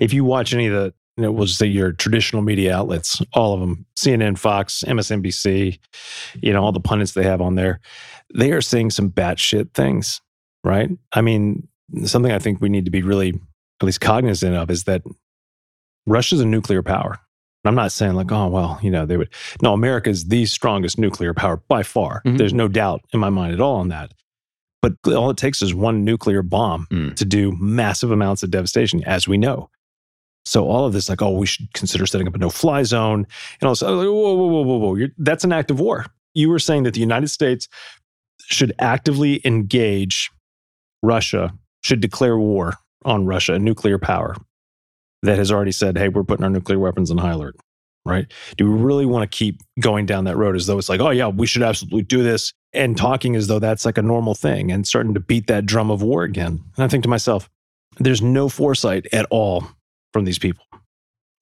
Speaker 4: If you watch any of the, you know, we'll just say your traditional media outlets, all of them, CNN, Fox, MSNBC, you know, all the pundits they have on there, they are saying some batshit things, right? I mean, something I think we need to be really at least cognizant of is that Russia's a nuclear power. And I'm not saying like, oh well, you know, they would. No, America is the strongest nuclear power by far.
Speaker 3: Mhm.
Speaker 4: There's no doubt in my mind at all on that. But all it takes is one nuclear bomb
Speaker 3: Mm.
Speaker 4: to do massive amounts of devastation, as we know. So all of this, like, oh, we should consider setting up a no-fly zone, and all this. Like, whoa, whoa, whoa, whoa, whoa! You're, that's an act of war. You were saying that the United States should actively engage Russia, should declare war on Russia, a nuclear power that has already said, hey, we're putting our nuclear weapons on high alert, right? Do we really want to keep going down that road as though it's like, oh, yeah, we should absolutely do this and talking as though that's like a normal thing and starting to beat that drum of war again? And I think to myself, there's no foresight at all from these people.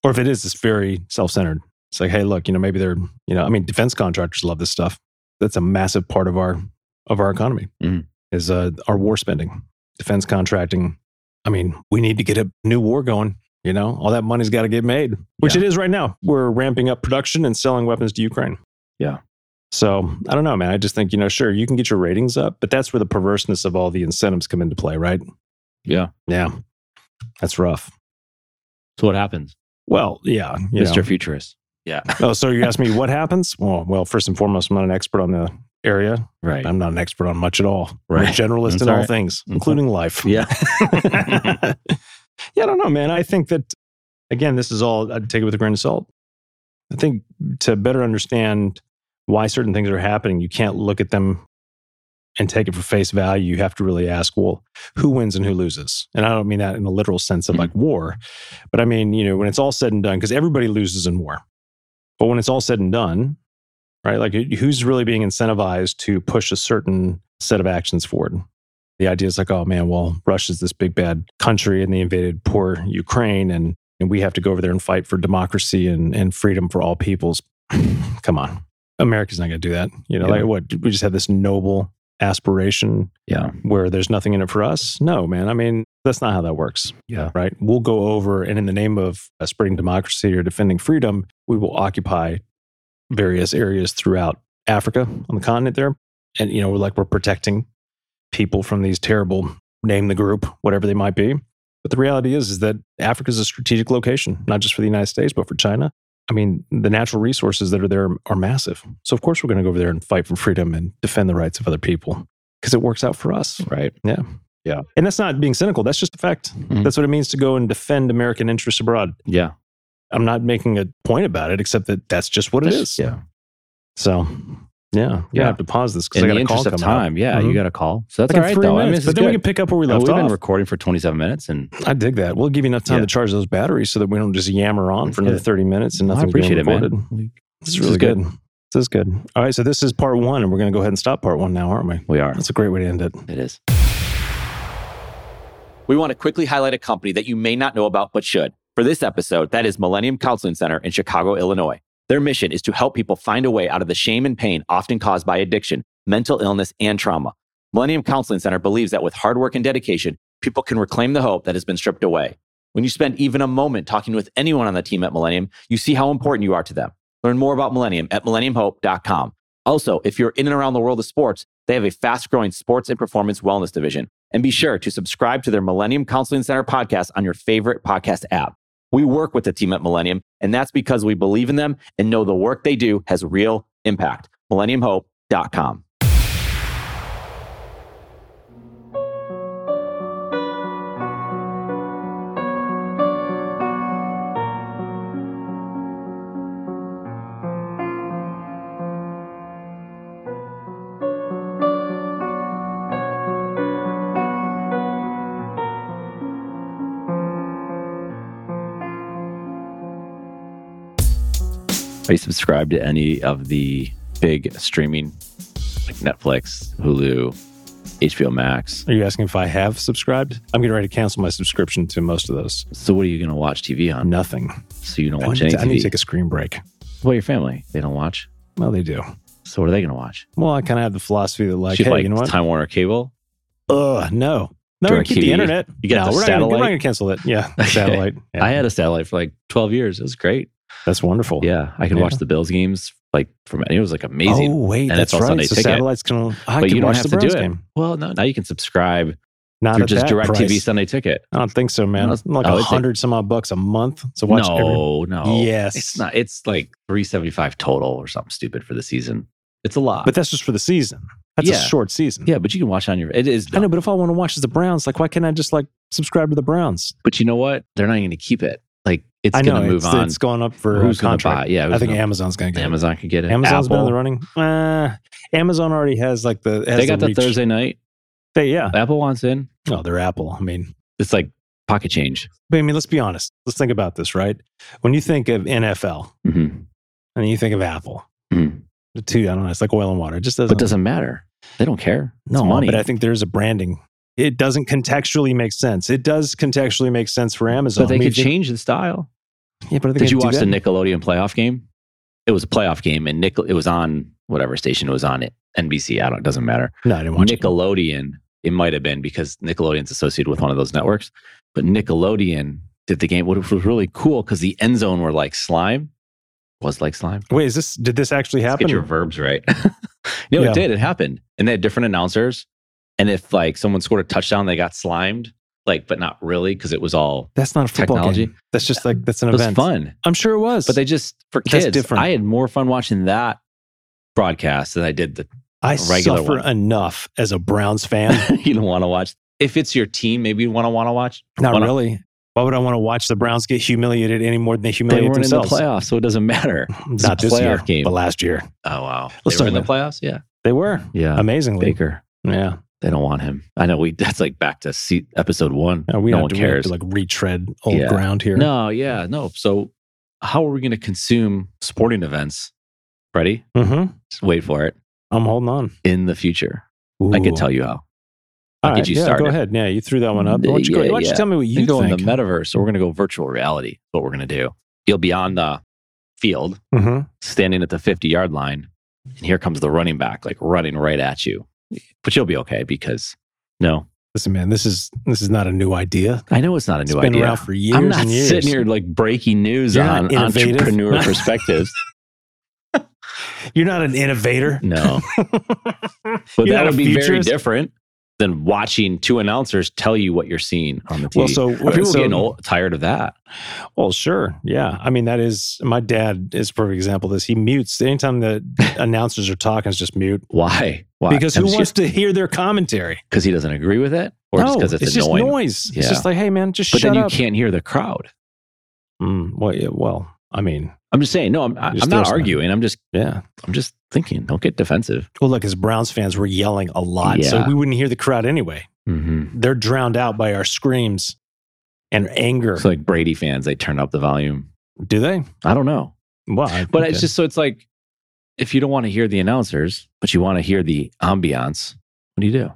Speaker 4: Or if it is, it's very self centered. It's like, hey, look, you know, maybe they're, you know, I mean, defense contractors love this stuff. That's a massive part of our of our economy
Speaker 3: Mhm.
Speaker 4: is uh, our war spending, defense contracting. I mean, we need to get a new war going. You know, all that money's got to get made, which
Speaker 3: Yeah.
Speaker 4: it is right now. We're ramping up production and selling weapons to Ukraine.
Speaker 3: Yeah.
Speaker 4: So I don't know, man. I just think, you know, sure, you can get your ratings up, but that's where the perverseness of all the incentives come into play, right?
Speaker 3: Yeah.
Speaker 4: Yeah. That's rough.
Speaker 3: So what happens,
Speaker 4: Well, yeah. you
Speaker 3: Mr.
Speaker 4: know.
Speaker 3: Futurist? Yeah.
Speaker 4: Oh, so you asked me what happens? Well, well, first and foremost, I'm not an expert on the area.
Speaker 3: Right.
Speaker 4: I'm not an expert on much at all. I'm Mm-hmm. a
Speaker 3: Right.
Speaker 4: generalist
Speaker 3: That's
Speaker 4: in
Speaker 3: all
Speaker 4: all
Speaker 3: right.
Speaker 4: things,
Speaker 3: Mhm.
Speaker 4: including life.
Speaker 3: Yeah.
Speaker 4: yeah, I don't know, man. I think that again, this is all I'd take it with a grain of salt. I think to better understand why certain things are happening, you can't look at them and take it for face value. You have to really ask, well, who wins and who loses? And I don't mean that in the literal sense of
Speaker 3: Mhm.
Speaker 4: like war, but I mean, you know, when it's all said and done, because everybody loses in war. But when it's all said and done, right? Like who's really being incentivized to push a certain set of actions forward? the idea is like, oh man, well, Russia's this big bad country and they invaded poor Ukraine and and we have to go over there and fight for democracy and, and freedom for all peoples. Come on. America's not gonna do that. You know,
Speaker 3: Yeah.
Speaker 4: like what we just have this noble aspiration
Speaker 3: Yeah.
Speaker 4: where there's nothing in it for us. No, man. I mean, that's not how that works.
Speaker 3: Yeah.
Speaker 4: Right. We'll go over and in the name of uh, spreading democracy or defending freedom, we will occupy various areas throughout Africa on the continent there. And, you know, we're like, we're protecting people from these terrible, name the group, whatever they might be. But the reality is, is that Africa is a strategic location, not just for the United States, but for China. I mean, the natural resources that are there are massive. So, of course, we're going to go over there and fight for freedom and defend the rights of other people because it works out for us.
Speaker 3: Right.
Speaker 4: And that's not being cynical. That's just a fact.
Speaker 3: Mhm.
Speaker 4: That's what it means to go and defend American interests abroad.
Speaker 3: Yeah.
Speaker 4: I'm not making a point about it, except that that's just what it is.
Speaker 3: Yeah.
Speaker 4: So, yeah, yeah. I
Speaker 3: Yeah.
Speaker 4: have to pause this because
Speaker 3: In
Speaker 4: I
Speaker 3: the
Speaker 4: got a call
Speaker 3: interest
Speaker 4: coming
Speaker 3: of
Speaker 4: time. up.
Speaker 3: time, yeah,
Speaker 4: Mhm.
Speaker 3: you got a call. So that's
Speaker 4: Like in
Speaker 3: all right,
Speaker 4: three
Speaker 3: though. I mean,
Speaker 4: minutes,
Speaker 3: this
Speaker 4: but
Speaker 3: is
Speaker 4: then we
Speaker 3: good.
Speaker 4: can pick up where we
Speaker 3: Uh,
Speaker 4: left
Speaker 3: We've been
Speaker 4: off.
Speaker 3: recording for 27 minutes and
Speaker 4: I dig that. We'll give you enough time
Speaker 3: Yeah.
Speaker 4: to charge those batteries so that we don't just yammer on for another
Speaker 3: Yeah.
Speaker 4: 30 minutes and
Speaker 3: I
Speaker 4: nothing's
Speaker 3: appreciate
Speaker 4: being
Speaker 3: it, man.
Speaker 4: recorded. This is really
Speaker 3: good.
Speaker 4: good. This is good. All right. So, this is part one, and we're going to go ahead and stop part one now, aren't we?
Speaker 3: we are.
Speaker 4: That's a great way to end it.
Speaker 3: It is.
Speaker 2: We want to quickly highlight a company that you may not know about but should. For this episode, that is Millennium Counseling Center in Chicago, Illinois. Their mission is to help people find a way out of the shame and pain often caused by addiction, mental illness, and trauma. Millennium Counseling Center believes that with hard work and dedication, people can reclaim the hope that has been stripped away. When you spend even a moment talking with anyone on the team at Millennium, you see how important you are to them. Learn more about Millennium at millenniumhope.com. Also, if you're in and around the world of sports, they have a fast growing sports and performance wellness division. And be sure to subscribe to their Millennium Counseling Center podcast on your favorite podcast app. We work with the team at Millennium, and that's because we believe in them and know the work they do has real impact. MillenniumHope.com.
Speaker 3: Are you subscribed to any of the big streaming like Netflix, Hulu, HBO Max?
Speaker 4: Are you asking if I have subscribed? I'm getting ready to cancel my subscription to most of those.
Speaker 3: So what are you going to watch TV on?
Speaker 4: Nothing.
Speaker 3: So you don't
Speaker 4: I
Speaker 3: watch
Speaker 4: need,
Speaker 3: any
Speaker 4: to, I need to
Speaker 3: TV.
Speaker 4: take a screen break.
Speaker 3: well, your family, they don't watch.
Speaker 4: Well, they do.
Speaker 3: So what are they going to watch?
Speaker 4: Well, I kind of have the philosophy that like,
Speaker 3: She's
Speaker 4: hey,
Speaker 3: like
Speaker 4: you know what?
Speaker 3: Time Warner Cable.
Speaker 4: Ugh, no. No, we're
Speaker 3: Direct
Speaker 4: gonna keep the
Speaker 3: TV.
Speaker 4: internet.
Speaker 3: You got the
Speaker 4: no, we're Not gonna,
Speaker 3: satellite?
Speaker 4: we're not going to cancel it. Yeah,
Speaker 3: Okay.
Speaker 4: satellite. Yeah,
Speaker 3: I had a satellite for like 12 years. It was great.
Speaker 4: that's wonderful.
Speaker 3: Yeah, I could
Speaker 4: Yeah.
Speaker 3: watch the Bills games like from it was like amazing.
Speaker 4: Oh wait,
Speaker 3: And it's
Speaker 4: that's
Speaker 3: also on
Speaker 4: right.
Speaker 3: a
Speaker 4: So
Speaker 3: ticket.
Speaker 4: satellites can. I
Speaker 3: but
Speaker 4: can
Speaker 3: you don't
Speaker 4: watch
Speaker 3: have to
Speaker 4: the
Speaker 3: do
Speaker 4: Browns
Speaker 3: it.
Speaker 4: Game.
Speaker 3: Well, no, now you can subscribe
Speaker 4: Not
Speaker 3: through
Speaker 4: at
Speaker 3: just
Speaker 4: that
Speaker 3: DirecTV
Speaker 4: price.
Speaker 3: Sunday Ticket.
Speaker 4: I don't think so, man.
Speaker 3: No,
Speaker 4: It's like
Speaker 3: no,
Speaker 4: a
Speaker 3: it's like-
Speaker 4: hundred some odd bucks a month to watch.
Speaker 3: no,
Speaker 4: every-
Speaker 3: no.
Speaker 4: Yes.
Speaker 3: It's not it's like 375 total or something stupid for the season. It's a lot.
Speaker 4: but that's just for the season. That's a
Speaker 3: Yeah.
Speaker 4: short season.
Speaker 3: yeah, but you can watch on your it is
Speaker 4: I know. But if I want to watch the Browns, like, why can't I just like subscribe to the Browns?
Speaker 3: but you know what? They're not going to keep it. Like it's
Speaker 4: I know
Speaker 3: going to move
Speaker 4: it's,
Speaker 3: on.
Speaker 4: It's going up for
Speaker 3: who's
Speaker 4: uh,
Speaker 3: going to
Speaker 4: contract.
Speaker 3: buy? it? Yeah,
Speaker 4: I
Speaker 3: who's
Speaker 4: think
Speaker 3: gonna-
Speaker 4: Amazon's going to get
Speaker 3: Amazon could get
Speaker 4: it.
Speaker 3: it.
Speaker 4: Amazon's been in
Speaker 3: Apple.
Speaker 4: the running. Uh, Amazon already has like the has
Speaker 3: They got the,
Speaker 4: reach.
Speaker 3: Thursday night.
Speaker 4: They, yeah.
Speaker 3: Apple wants in.
Speaker 4: Oh, they're Apple. I mean,
Speaker 3: It's like pocket change.
Speaker 4: but I mean, let's be honest. Let's think about this, right? When you think of NFL
Speaker 3: hmm
Speaker 4: and you think of Apple,
Speaker 3: Mm-hmm.
Speaker 4: the two, I don't know, it's like oil and water. It just doesn't.
Speaker 3: But doesn't matter. They don't care. It's
Speaker 4: no,
Speaker 3: money.
Speaker 4: but I think there's a branding. It doesn't contextually make sense. It does contextually make sense for Amazon.
Speaker 3: but they
Speaker 4: I mean,
Speaker 3: could
Speaker 4: if you-
Speaker 3: change the style.
Speaker 4: Yeah, but I think
Speaker 3: Did
Speaker 4: they
Speaker 3: you
Speaker 4: do
Speaker 3: watch the
Speaker 4: that.
Speaker 3: Nickelodeon playoff game? It was a playoff game, and Nickel. It was on whatever station it was on. It NBC. I don't. It doesn't matter.
Speaker 4: No, I didn't watch it.
Speaker 3: Nickelodeon. It might have been because Nickelodeon's associated with one of those networks. But Nickelodeon did the game, which was really cool because the end zone were like slime. Was like slime.
Speaker 4: Wait, is this? Did this actually
Speaker 3: Let's
Speaker 4: happen?
Speaker 3: Get your verbs right. no,
Speaker 4: Yeah.
Speaker 3: it did. It happened, and they had different announcers. And if like someone scored a touchdown, they got slimed, like, but not really because it was all.
Speaker 4: that's not a football
Speaker 3: Technology.
Speaker 4: Game. That's just like that's an
Speaker 3: It was
Speaker 4: event.
Speaker 3: fun,
Speaker 4: I'm sure it was.
Speaker 3: but they just for
Speaker 4: But that's
Speaker 3: kids.
Speaker 4: different.
Speaker 3: I had more fun watching that broadcast than I did the.
Speaker 4: I
Speaker 3: regular
Speaker 4: suffer
Speaker 3: one.
Speaker 4: enough as a Browns fan.
Speaker 3: you don't want to watch if it's your team. Maybe you want to want to watch.
Speaker 4: Not
Speaker 3: Why not?
Speaker 4: really. Why would I want to watch the Browns get humiliated any more than they
Speaker 3: They
Speaker 4: humiliate
Speaker 3: weren't
Speaker 4: themselves?
Speaker 3: in the playoffs, so it doesn't matter. It's a
Speaker 4: Not this
Speaker 3: playoff
Speaker 4: year,
Speaker 3: game.
Speaker 4: but last year
Speaker 3: Oh wow,
Speaker 4: Let's
Speaker 3: they were
Speaker 4: talk
Speaker 3: in the
Speaker 4: about
Speaker 3: playoffs. Yeah,
Speaker 4: they were
Speaker 3: yeah.
Speaker 4: amazingly.
Speaker 3: Baker,
Speaker 4: Yeah,
Speaker 3: Uh, they don't want him. I know. We that's like back to see, episode one.
Speaker 4: Uh, we
Speaker 3: no
Speaker 4: don't
Speaker 3: one
Speaker 4: have to, we have
Speaker 3: cares.
Speaker 4: to like retread old
Speaker 3: Yeah.
Speaker 4: ground here.
Speaker 3: No, yeah, no. So, how are we going to consume sporting events? Ready?
Speaker 4: hmm
Speaker 3: Just wait for it
Speaker 4: I'm holding on.
Speaker 3: in the future. I can tell you how. I'll get you
Speaker 4: yeah,
Speaker 3: started.
Speaker 4: Go ahead. Yeah, you threw that one up.
Speaker 3: Yeah,
Speaker 4: Why don't you, go,
Speaker 3: yeah,
Speaker 4: why don't you
Speaker 3: yeah.
Speaker 4: tell me what
Speaker 3: You
Speaker 4: you
Speaker 3: go
Speaker 4: think?
Speaker 3: in the metaverse, so we're going to go virtual reality. is What we're going to do? You'll be on the field,
Speaker 4: Mhm.
Speaker 3: standing at the fifty-yard line, and here comes the running back, like running right at you. But you'll be okay because no,
Speaker 4: Listen, man, this is this is not a new idea.
Speaker 3: I know it's not a new
Speaker 4: it's been
Speaker 3: idea.
Speaker 4: around for years
Speaker 3: I'm not
Speaker 4: and years.
Speaker 3: sitting here like breaking news
Speaker 4: You're not
Speaker 3: on
Speaker 4: innovative.
Speaker 3: entrepreneur perspectives.
Speaker 4: You're not an innovator.
Speaker 3: No. But
Speaker 4: You're
Speaker 3: that
Speaker 4: not
Speaker 3: would
Speaker 4: a
Speaker 3: be very
Speaker 4: futurist?
Speaker 3: different than watching two announcers tell you what you're seeing on the TV.
Speaker 4: Well, so
Speaker 3: Are people
Speaker 4: so,
Speaker 3: getting old, tired of that?
Speaker 4: Well, sure. Yeah. I mean, that is my dad is a perfect example of this. He mutes anytime the announcers are talking, it's just mute.
Speaker 3: Why? Why?
Speaker 4: Because who wants to hear their commentary?
Speaker 3: Because he doesn't agree with it, or just because it's,
Speaker 4: just
Speaker 3: annoying.
Speaker 4: noise. It's
Speaker 3: Yeah.
Speaker 4: just like, hey, man, just
Speaker 3: but
Speaker 4: shut
Speaker 3: then you
Speaker 4: up.
Speaker 3: can't hear the crowd.
Speaker 4: Mm, well, yeah, well, I mean,
Speaker 3: I'm just saying. No, I'm, I-
Speaker 4: Just
Speaker 3: I'm
Speaker 4: throw
Speaker 3: not
Speaker 4: some-
Speaker 3: arguing. I'm just,
Speaker 4: yeah.
Speaker 3: I'm just thinking. Don't get defensive.
Speaker 4: Well, look, as Browns fans, we're yelling a lot, so
Speaker 3: Yeah.
Speaker 4: we wouldn't hear the crowd anyway.
Speaker 3: Mm-hmm.
Speaker 4: They're drowned out by our screams and anger.
Speaker 3: So like Brady fans, they turn up the volume.
Speaker 4: Do they?
Speaker 3: I don't know,
Speaker 4: Well, I-
Speaker 3: but
Speaker 4: okay.
Speaker 3: it's just so it's like if you don't want to hear the announcers, but you want to hear the ambiance, what do you do?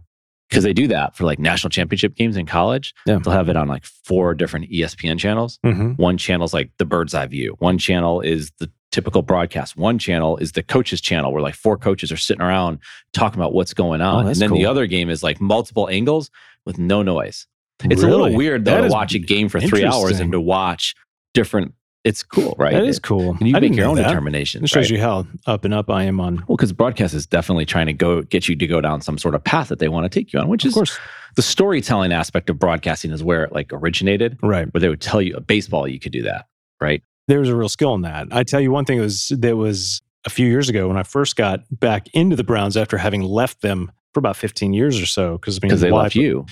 Speaker 3: because they do that for like national championship games in college.
Speaker 4: Yeah.
Speaker 3: They'll have it on like four different E ESPN channels.
Speaker 4: Mm-hmm.
Speaker 3: One channel's like the bird's eye view. One channel is the typical broadcast. One channel is the coaches channel where like four coaches are sitting around talking about what's going on. and
Speaker 4: Oh, that's
Speaker 3: then the
Speaker 4: cool.
Speaker 3: other game is like multiple angles with no noise. It's a
Speaker 4: Really?
Speaker 3: little weird though
Speaker 4: That
Speaker 3: to
Speaker 4: is-
Speaker 3: watch a game for three hours
Speaker 4: interesting.
Speaker 3: and to watch different. It's cool, right?
Speaker 4: That is cool.
Speaker 3: And you
Speaker 4: I
Speaker 3: make
Speaker 4: didn't
Speaker 3: your
Speaker 4: know
Speaker 3: own
Speaker 4: that.
Speaker 3: determination.
Speaker 4: It shows you how up and up I am on.
Speaker 3: Well, because broadcast is definitely trying to go get you to go down some sort of path that they want to take you on, which
Speaker 4: Of
Speaker 3: is
Speaker 4: course,
Speaker 3: the storytelling aspect of broadcasting is where it like originated,
Speaker 4: right.
Speaker 3: where they would tell you a baseball you could do that, right?
Speaker 4: There was a real skill in that. I tell you one thing that was that was a few years ago when I first got back into the Browns after having left them for about 15 years or so because I mean
Speaker 3: Because they
Speaker 4: why-
Speaker 3: left you.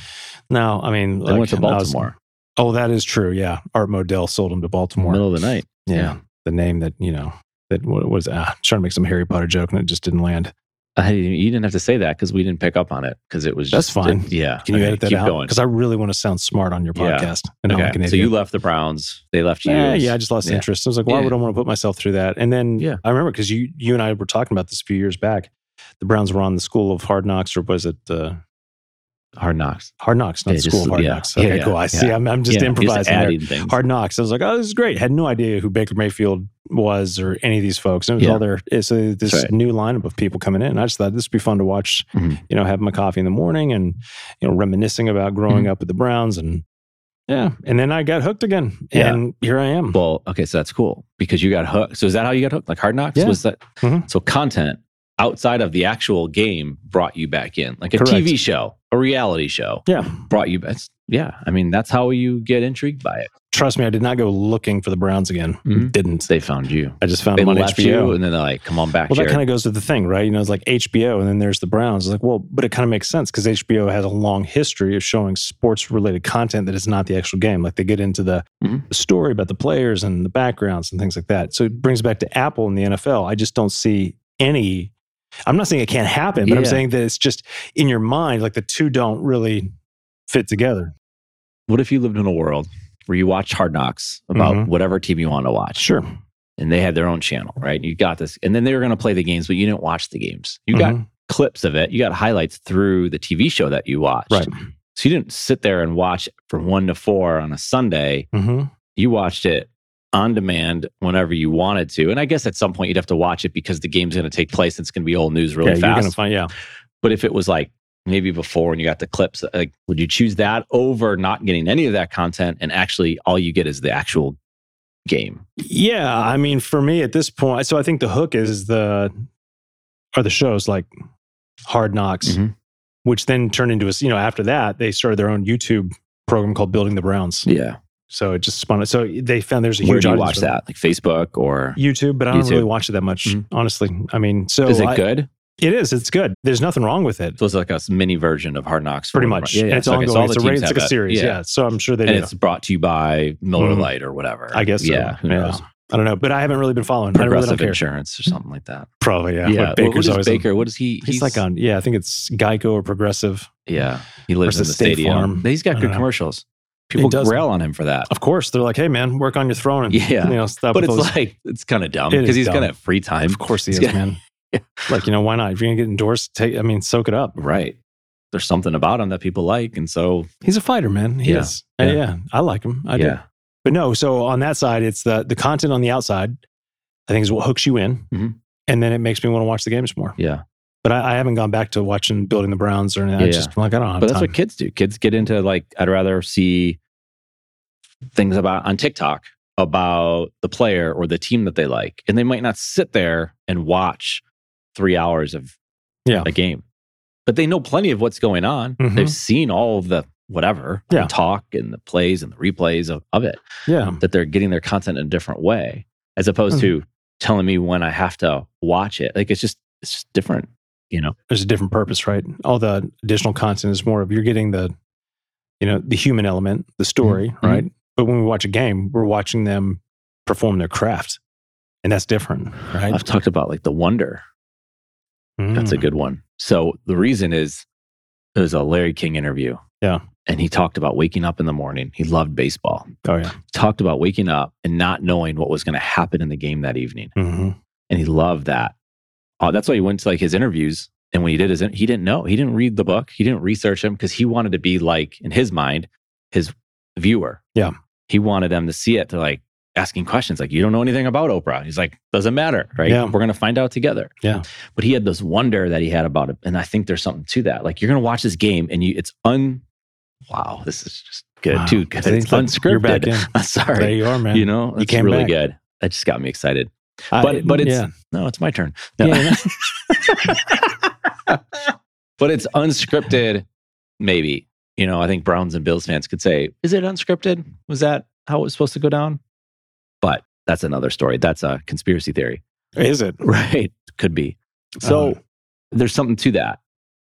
Speaker 4: No, I mean
Speaker 3: They went to
Speaker 4: I was-
Speaker 3: Baltimore
Speaker 4: oh, that is true. Yeah, Art Modell sold them to
Speaker 3: in the
Speaker 4: Baltimore.
Speaker 3: middle of the night.
Speaker 4: yeah.
Speaker 3: yeah.
Speaker 4: the name that you know that what was ah, I'm trying to make some Harry Potter joke and it just didn't land.
Speaker 3: I, you didn't have to say that because we didn't pick up on it because it was
Speaker 4: That's
Speaker 3: just
Speaker 4: fine.
Speaker 3: it- yeah.
Speaker 4: Can you
Speaker 3: Okay,
Speaker 4: edit that
Speaker 3: keep
Speaker 4: out?
Speaker 3: Going.
Speaker 4: Because I really want to sound smart on your
Speaker 3: Yeah.
Speaker 4: podcast. And I'm
Speaker 3: okay.
Speaker 4: like an
Speaker 3: So you
Speaker 4: idiot.
Speaker 3: left the Browns. They left you.
Speaker 4: yeah, yeah, I just lost
Speaker 3: Yeah.
Speaker 4: interest. I was like, why
Speaker 3: Yeah.
Speaker 4: would I want to put myself through that? And then
Speaker 3: Yeah.
Speaker 4: I remember because you you and I were talking about this a few years back. The Browns were on the School of Hard Knocks, or was it uh,
Speaker 3: Hard knocks.
Speaker 4: Hard Knocks? Not
Speaker 3: Yeah,
Speaker 4: School
Speaker 3: just-
Speaker 4: of Hard
Speaker 3: yeah.
Speaker 4: Knocks.
Speaker 3: Yeah,
Speaker 4: Okay,
Speaker 3: yeah,
Speaker 4: cool. I see.
Speaker 3: yeah.
Speaker 4: I'm, I'm just
Speaker 3: Yeah,
Speaker 4: improvising. there.
Speaker 3: adding things.
Speaker 4: Hard Knocks. I was like, oh, this is great. Had no idea who Baker Mayfield was or any of these folks. And it was
Speaker 3: Yeah.
Speaker 4: all their so this
Speaker 3: That's right.
Speaker 4: new lineup of people coming in. I just thought this would be fun to watch.
Speaker 3: Mhm.
Speaker 4: You know, having my coffee in the morning and you know reminiscing about growing
Speaker 3: Mm-hmm.
Speaker 4: up with the Browns and yeah. And then I got hooked again,
Speaker 3: Yeah.
Speaker 4: and here I am.
Speaker 3: Well, okay, so that's cool because you got hooked. So is that how you got hooked? Like hard knocks?
Speaker 4: Yeah.
Speaker 3: Was that
Speaker 4: Mhm.
Speaker 3: so content outside of the actual game brought you back in? Like a
Speaker 4: Correct.
Speaker 3: TV show, a reality show
Speaker 4: yeah.
Speaker 3: brought you back. Yeah. I mean, that's how you get intrigued by it.
Speaker 4: Trust me, I did not go looking for the Browns again.
Speaker 3: Mhm.
Speaker 4: Didn't.
Speaker 3: They found you.
Speaker 4: I just found
Speaker 3: They
Speaker 4: them on
Speaker 3: left
Speaker 4: HBO.
Speaker 3: you and then they're like, come on back,
Speaker 4: Well, that
Speaker 3: Jared.
Speaker 4: kind of goes to the thing, right? You know, it's like HBO, and then there's the Browns. It's like, well, but it kind of makes sense because HBO has a long history of showing sports-related content that is not the actual game. Like they get into the,
Speaker 3: Mhm.
Speaker 4: the story about the players and the backgrounds and things like that. So it brings back to Apple and the NFL. I just don't see any. I'm not saying it can't happen, but I'm
Speaker 3: Yeah.
Speaker 4: saying that it's just in your mind, like the two don't really fit together.
Speaker 3: what if you lived in a world where you watched hard knocks about
Speaker 4: Mhm.
Speaker 3: whatever team you want to watch?
Speaker 4: Sure,
Speaker 3: And they had their own channel, right? You got this. And then they were going to play the games, but you didn't watch the games. You got
Speaker 4: Mhm.
Speaker 3: clips of it. You got highlights through the TV show that you watched.
Speaker 4: Right.
Speaker 3: So you didn't sit there and watch from one to four on a Sunday.
Speaker 4: hmm
Speaker 3: You watched it on demand whenever you wanted to. And I guess at some point you'd have to watch it because the game's going to take place. and It's going to be old news really
Speaker 4: yeah, you're gonna
Speaker 3: fast.
Speaker 4: find. Yeah,
Speaker 3: but if it was like maybe before and you got the clips, uh, like would you choose that over not getting any of that content and actually all you get is the actual game?
Speaker 4: Yeah, I mean, for me at this point, so I think the hook is the are the shows like Hard Knocks,
Speaker 3: Mhm.
Speaker 4: which then turned into a you know after that they started their own YouTube program called Building the Browns.
Speaker 3: Yeah.
Speaker 4: So it just spun. So they found there's a
Speaker 3: Where
Speaker 4: huge
Speaker 3: do you
Speaker 4: audience
Speaker 3: watch
Speaker 4: for that.
Speaker 3: that? Like Facebook or
Speaker 4: YouTube, but I don't
Speaker 3: YouTube.
Speaker 4: really watch it that much,
Speaker 3: Mhm.
Speaker 4: honestly. I mean, so
Speaker 3: is it
Speaker 4: I-
Speaker 3: good?
Speaker 4: It is. It's good. There's nothing wrong with it.
Speaker 3: So it's like a mini version of Hard Knocks. for
Speaker 4: Pretty
Speaker 3: one month.
Speaker 4: much.
Speaker 3: Yeah, yeah.
Speaker 4: And it's
Speaker 3: So I guess
Speaker 4: ongoing.
Speaker 3: all
Speaker 4: It's a,
Speaker 3: the
Speaker 4: ra-
Speaker 3: teams
Speaker 4: it's like
Speaker 3: have
Speaker 4: a
Speaker 3: it.
Speaker 4: series. Yeah.
Speaker 3: Yeah.
Speaker 4: So I'm sure they
Speaker 3: and
Speaker 4: do.
Speaker 3: it's brought to you by Miller
Speaker 4: Mhm.
Speaker 3: Lite or whatever.
Speaker 4: I guess so.
Speaker 3: Yeah, who
Speaker 4: Yeah.
Speaker 3: knows?
Speaker 4: I don't know, but I haven't really been following. I really
Speaker 3: Progressive
Speaker 4: don't care.
Speaker 3: Insurance or something like that.
Speaker 4: Probably, yeah. What
Speaker 3: What-
Speaker 4: Baker's
Speaker 3: what is
Speaker 4: always on-
Speaker 3: Baker? What is he?
Speaker 4: He's, like on, yeah, I think it's Geico or Progressive.
Speaker 3: Yeah, he lives in
Speaker 4: versus
Speaker 3: the
Speaker 4: State
Speaker 3: stadium.
Speaker 4: Farm.
Speaker 3: He's
Speaker 4: I
Speaker 3: got
Speaker 4: don't
Speaker 3: good
Speaker 4: know.
Speaker 3: commercials.
Speaker 4: He
Speaker 3: People
Speaker 4: does.
Speaker 3: rail on him for that.
Speaker 4: Of course, they're like, "Hey, man, work on your throwing."
Speaker 3: Yeah.
Speaker 4: you know, stop.
Speaker 3: But
Speaker 4: with
Speaker 3: it's
Speaker 4: those-
Speaker 3: like it's kind of dumb
Speaker 4: It is
Speaker 3: because he's
Speaker 4: dumb.
Speaker 3: gonna have free time.
Speaker 4: of course he is,
Speaker 3: It's gonna-
Speaker 4: man. Like, you know, why not? If you're gonna get endorsed, take. I mean, soak it up.
Speaker 3: Right. There's something about him that people like, and so
Speaker 4: He's a fighter, man. He
Speaker 3: Yeah.
Speaker 4: is. Yeah.
Speaker 3: Yeah.
Speaker 4: yeah, I like him. I do.
Speaker 3: yeah,
Speaker 4: But no, so on that side, it's the the content on the outside. I think is what hooks you in,
Speaker 3: Mhm.
Speaker 4: and then it makes me want to watch the games more.
Speaker 3: yeah.
Speaker 4: But I, I haven't gone back to watching Building the Browns or anything. I
Speaker 3: Yeah.
Speaker 4: just like I don't have
Speaker 3: But that's
Speaker 4: time.
Speaker 3: what kids do. Kids get into like I'd rather see things about on TikTok about the player or the team that they like, and they might not sit there and watch three hours of
Speaker 4: Yeah.
Speaker 3: a game, but they know plenty of what's going on.
Speaker 4: Mhm.
Speaker 3: They've seen all of the whatever
Speaker 4: Yeah.
Speaker 3: the talk and the plays and the replays of, of it.
Speaker 4: yeah,
Speaker 3: that they're getting their content in a different way as opposed
Speaker 4: Mm-hmm.
Speaker 3: to telling me when I have to watch it. Like it's just it's just different, you know.
Speaker 4: there's a different purpose, right? All the additional content is more of you're getting the, you know, the human element, the story,
Speaker 3: Mhm.
Speaker 4: right? But when we watch a game, we're watching them perform their craft, and that's different, right?
Speaker 3: I've talked about like the wonder. That's a
Speaker 4: Mm.
Speaker 3: good one. So the reason is it was a Larry King interview.
Speaker 4: Yeah.
Speaker 3: And he talked about waking up in the morning. He loved baseball.
Speaker 4: Oh yeah.
Speaker 3: Talked about waking up and not knowing what was going to happen in the game that evening.
Speaker 4: hmm
Speaker 3: And he loved that. Uh, that's why he went to like his interviews And when he did his, he didn't know. He didn't read the book. He didn't research him because he wanted to be like, in his mind, his viewer.
Speaker 4: Yeah.
Speaker 3: He wanted them to see it. to like asking questions like, you don't know anything about Oprah. He's like, doesn't matter. Right.
Speaker 4: Yeah.
Speaker 3: We're going to find out together.
Speaker 4: Yeah.
Speaker 3: But he had this wonder that he had about it. And I think there's something to that. Like, you're going to watch this game and you, it's un, wow, this is just good,
Speaker 4: Wow.
Speaker 3: dude. 'cause
Speaker 4: See,
Speaker 3: It's
Speaker 4: look,
Speaker 3: unscripted.
Speaker 4: you're back in.
Speaker 3: I'm
Speaker 4: There
Speaker 3: sorry.
Speaker 4: you are, man.
Speaker 3: you know, it's
Speaker 4: came
Speaker 3: really
Speaker 4: back.
Speaker 3: good. That just got me excited.
Speaker 4: I-
Speaker 3: But but it's
Speaker 4: yeah.
Speaker 3: no, it's my turn. No. but it's unscripted, maybe. You know, I think Browns and Bills fans could say, is it unscripted? Was that how it was supposed to go down? But that's another story. That's a conspiracy theory.
Speaker 4: is it?
Speaker 3: Right. Could be. So
Speaker 4: Uh,
Speaker 3: there's something to that.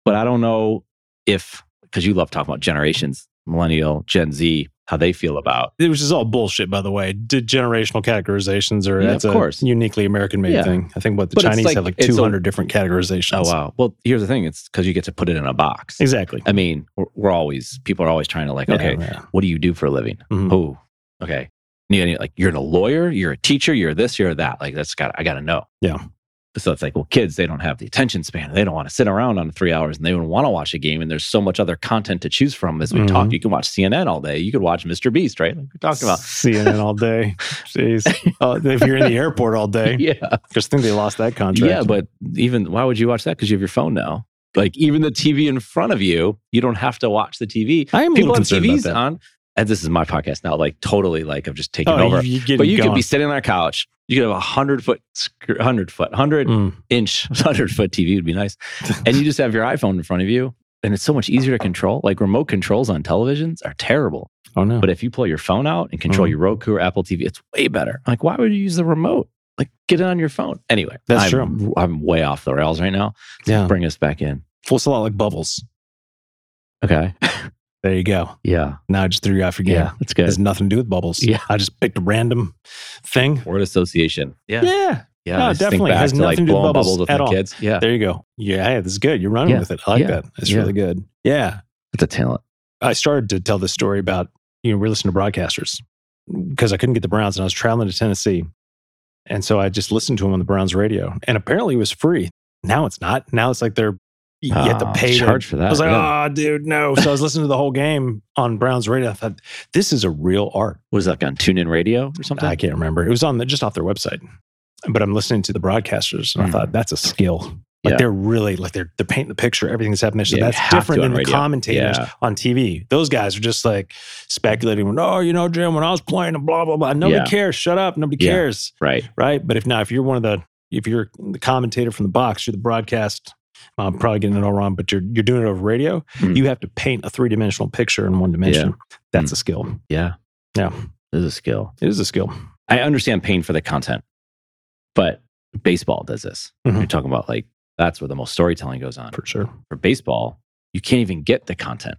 Speaker 3: But I don't know if because you love talking about generations, millennial, Gen Z, how they feel about
Speaker 4: which is all bullshit, by the way. D- generational categorizations are
Speaker 3: Yeah,
Speaker 4: that's
Speaker 3: of
Speaker 4: a
Speaker 3: course.
Speaker 4: uniquely American-made
Speaker 3: Yeah.
Speaker 4: thing. I think what the
Speaker 3: But it's
Speaker 4: Chinese
Speaker 3: like-
Speaker 4: have like
Speaker 3: it's a-
Speaker 4: 200 different categorizations.
Speaker 3: Oh wow. Well, here's the thing, it's because you get to put it in a box.
Speaker 4: Exactly.
Speaker 3: I mean, we're, we're always people are always trying to like, okay,
Speaker 4: Yeah, yeah.
Speaker 3: what do you do for a living?
Speaker 4: Mhm.
Speaker 3: Oh, okay. And you- and you- like you're a lawyer, you're a teacher, you're this, you're that. Like that's got I got to know.
Speaker 4: Yeah.
Speaker 3: But so it's like, well, kids they don't have the attention span. They don't want to sit around on three hours, and they don't want to watch a game. And there's so much other content to choose from. As we
Speaker 4: Mhm.
Speaker 3: talked, you can watch CNN all day. You could watch Mr. Beast, right? Like we talked about.
Speaker 4: CNN all day. Jeez. Oh, if you're in the airport all day,
Speaker 3: Yeah.
Speaker 4: just think they lost that contract.
Speaker 3: Yeah, but even why would you watch that? Because you have your phone now. Like even the TV in front of you, you don't have to watch the TV.
Speaker 4: I am a
Speaker 3: people have
Speaker 4: little concerned
Speaker 3: TVs
Speaker 4: about that.
Speaker 3: on. And this is my podcast now, like totally like I'm just taking
Speaker 4: Oh,
Speaker 3: over.
Speaker 4: you, you
Speaker 3: but you could be sitting on a couch. You could have a hundred foot, hundred foot, hundred
Speaker 4: Mm.
Speaker 3: inch, hundred foot TV would be nice. And you just have your iPhone in front of you, and it's so much easier to control. Like remote controls on televisions are terrible,
Speaker 4: Oh no!
Speaker 3: but if you pull your phone out and control
Speaker 4: Mhm.
Speaker 3: your Roku or Apple TV, it's way better. Like why would you use the remote? Like get it on your phone. Anyway,
Speaker 4: That's
Speaker 3: I'm,
Speaker 4: true.
Speaker 3: I'm way off the rails right now.
Speaker 4: yeah,
Speaker 3: Bring us back in.
Speaker 4: feels a lot like bubbles.
Speaker 3: Okay.
Speaker 4: There you go.
Speaker 3: Yeah.
Speaker 4: Now I just threw you off your game.
Speaker 3: Yeah. That's
Speaker 4: It
Speaker 3: good.
Speaker 4: has nothing to do with bubbles.
Speaker 3: Yeah.
Speaker 4: I just picked a random thing.
Speaker 3: Word association. Yeah.
Speaker 4: Yeah,
Speaker 3: Yeah.
Speaker 4: No,
Speaker 3: I just think
Speaker 4: definitely. It
Speaker 3: back
Speaker 4: has
Speaker 3: like,
Speaker 4: nothing to do with
Speaker 3: blowing
Speaker 4: bubbles
Speaker 3: with
Speaker 4: at
Speaker 3: my
Speaker 4: all.
Speaker 3: kids. Yeah.
Speaker 4: there you go. Yeah, hey, this is good. You're running
Speaker 3: Yeah.
Speaker 4: with it. I like
Speaker 3: Yeah.
Speaker 4: that. That's
Speaker 3: Yeah.
Speaker 4: really good. Yeah,
Speaker 3: That's a talent.
Speaker 4: I started to tell this story about you know we're listening to broadcasters because I couldn't get the Browns and I was traveling to Tennessee, and so I just listened to him on the Browns radio, and apparently it was free. Now it's not. Now it's like they're you have to
Speaker 3: Ah,
Speaker 4: pay to
Speaker 3: charge for that.
Speaker 4: I was like,
Speaker 3: yeah.
Speaker 4: oh, dude, no. So I was listening to the whole game on Browns radio. I thought, this is a real art.
Speaker 3: was that on TuneIn Radio or something?
Speaker 4: I can't remember. It was on the, just off their website, but I'm listening to the broadcasters and I
Speaker 3: Mm.
Speaker 4: thought, that's a skill. Like
Speaker 3: Yeah.
Speaker 4: they're really like they're they're painting the picture. Everything's happening. So
Speaker 3: Yeah, you
Speaker 4: that's
Speaker 3: have to
Speaker 4: different
Speaker 3: on
Speaker 4: than the
Speaker 3: radio.
Speaker 4: commentators
Speaker 3: Yeah.
Speaker 4: on TV. Those guys are just like speculating. Oh, you know, Jim, when I was playing, blah blah blah. Nobody
Speaker 3: Yeah.
Speaker 4: cares. Shut up. Nobody
Speaker 3: Yeah.
Speaker 4: cares.
Speaker 3: right.
Speaker 4: Right. But if now, if you're one of the, if you're the commentator from the box, you're the broadcast. I'm probably getting it all wrong, but you're you're doing it over radio.
Speaker 3: Mm.
Speaker 4: You have to paint a three dimensional picture in one dimension.
Speaker 3: Hmm.
Speaker 4: That's a skill.
Speaker 3: Yeah.
Speaker 4: Yeah.
Speaker 3: It is a skill.
Speaker 4: It is a skill.
Speaker 3: I understand paying for the content, but baseball does this.
Speaker 4: Mhm.
Speaker 3: You're talking about like that's where the most storytelling goes on.
Speaker 4: For sure.
Speaker 3: For baseball, you can't even get the content.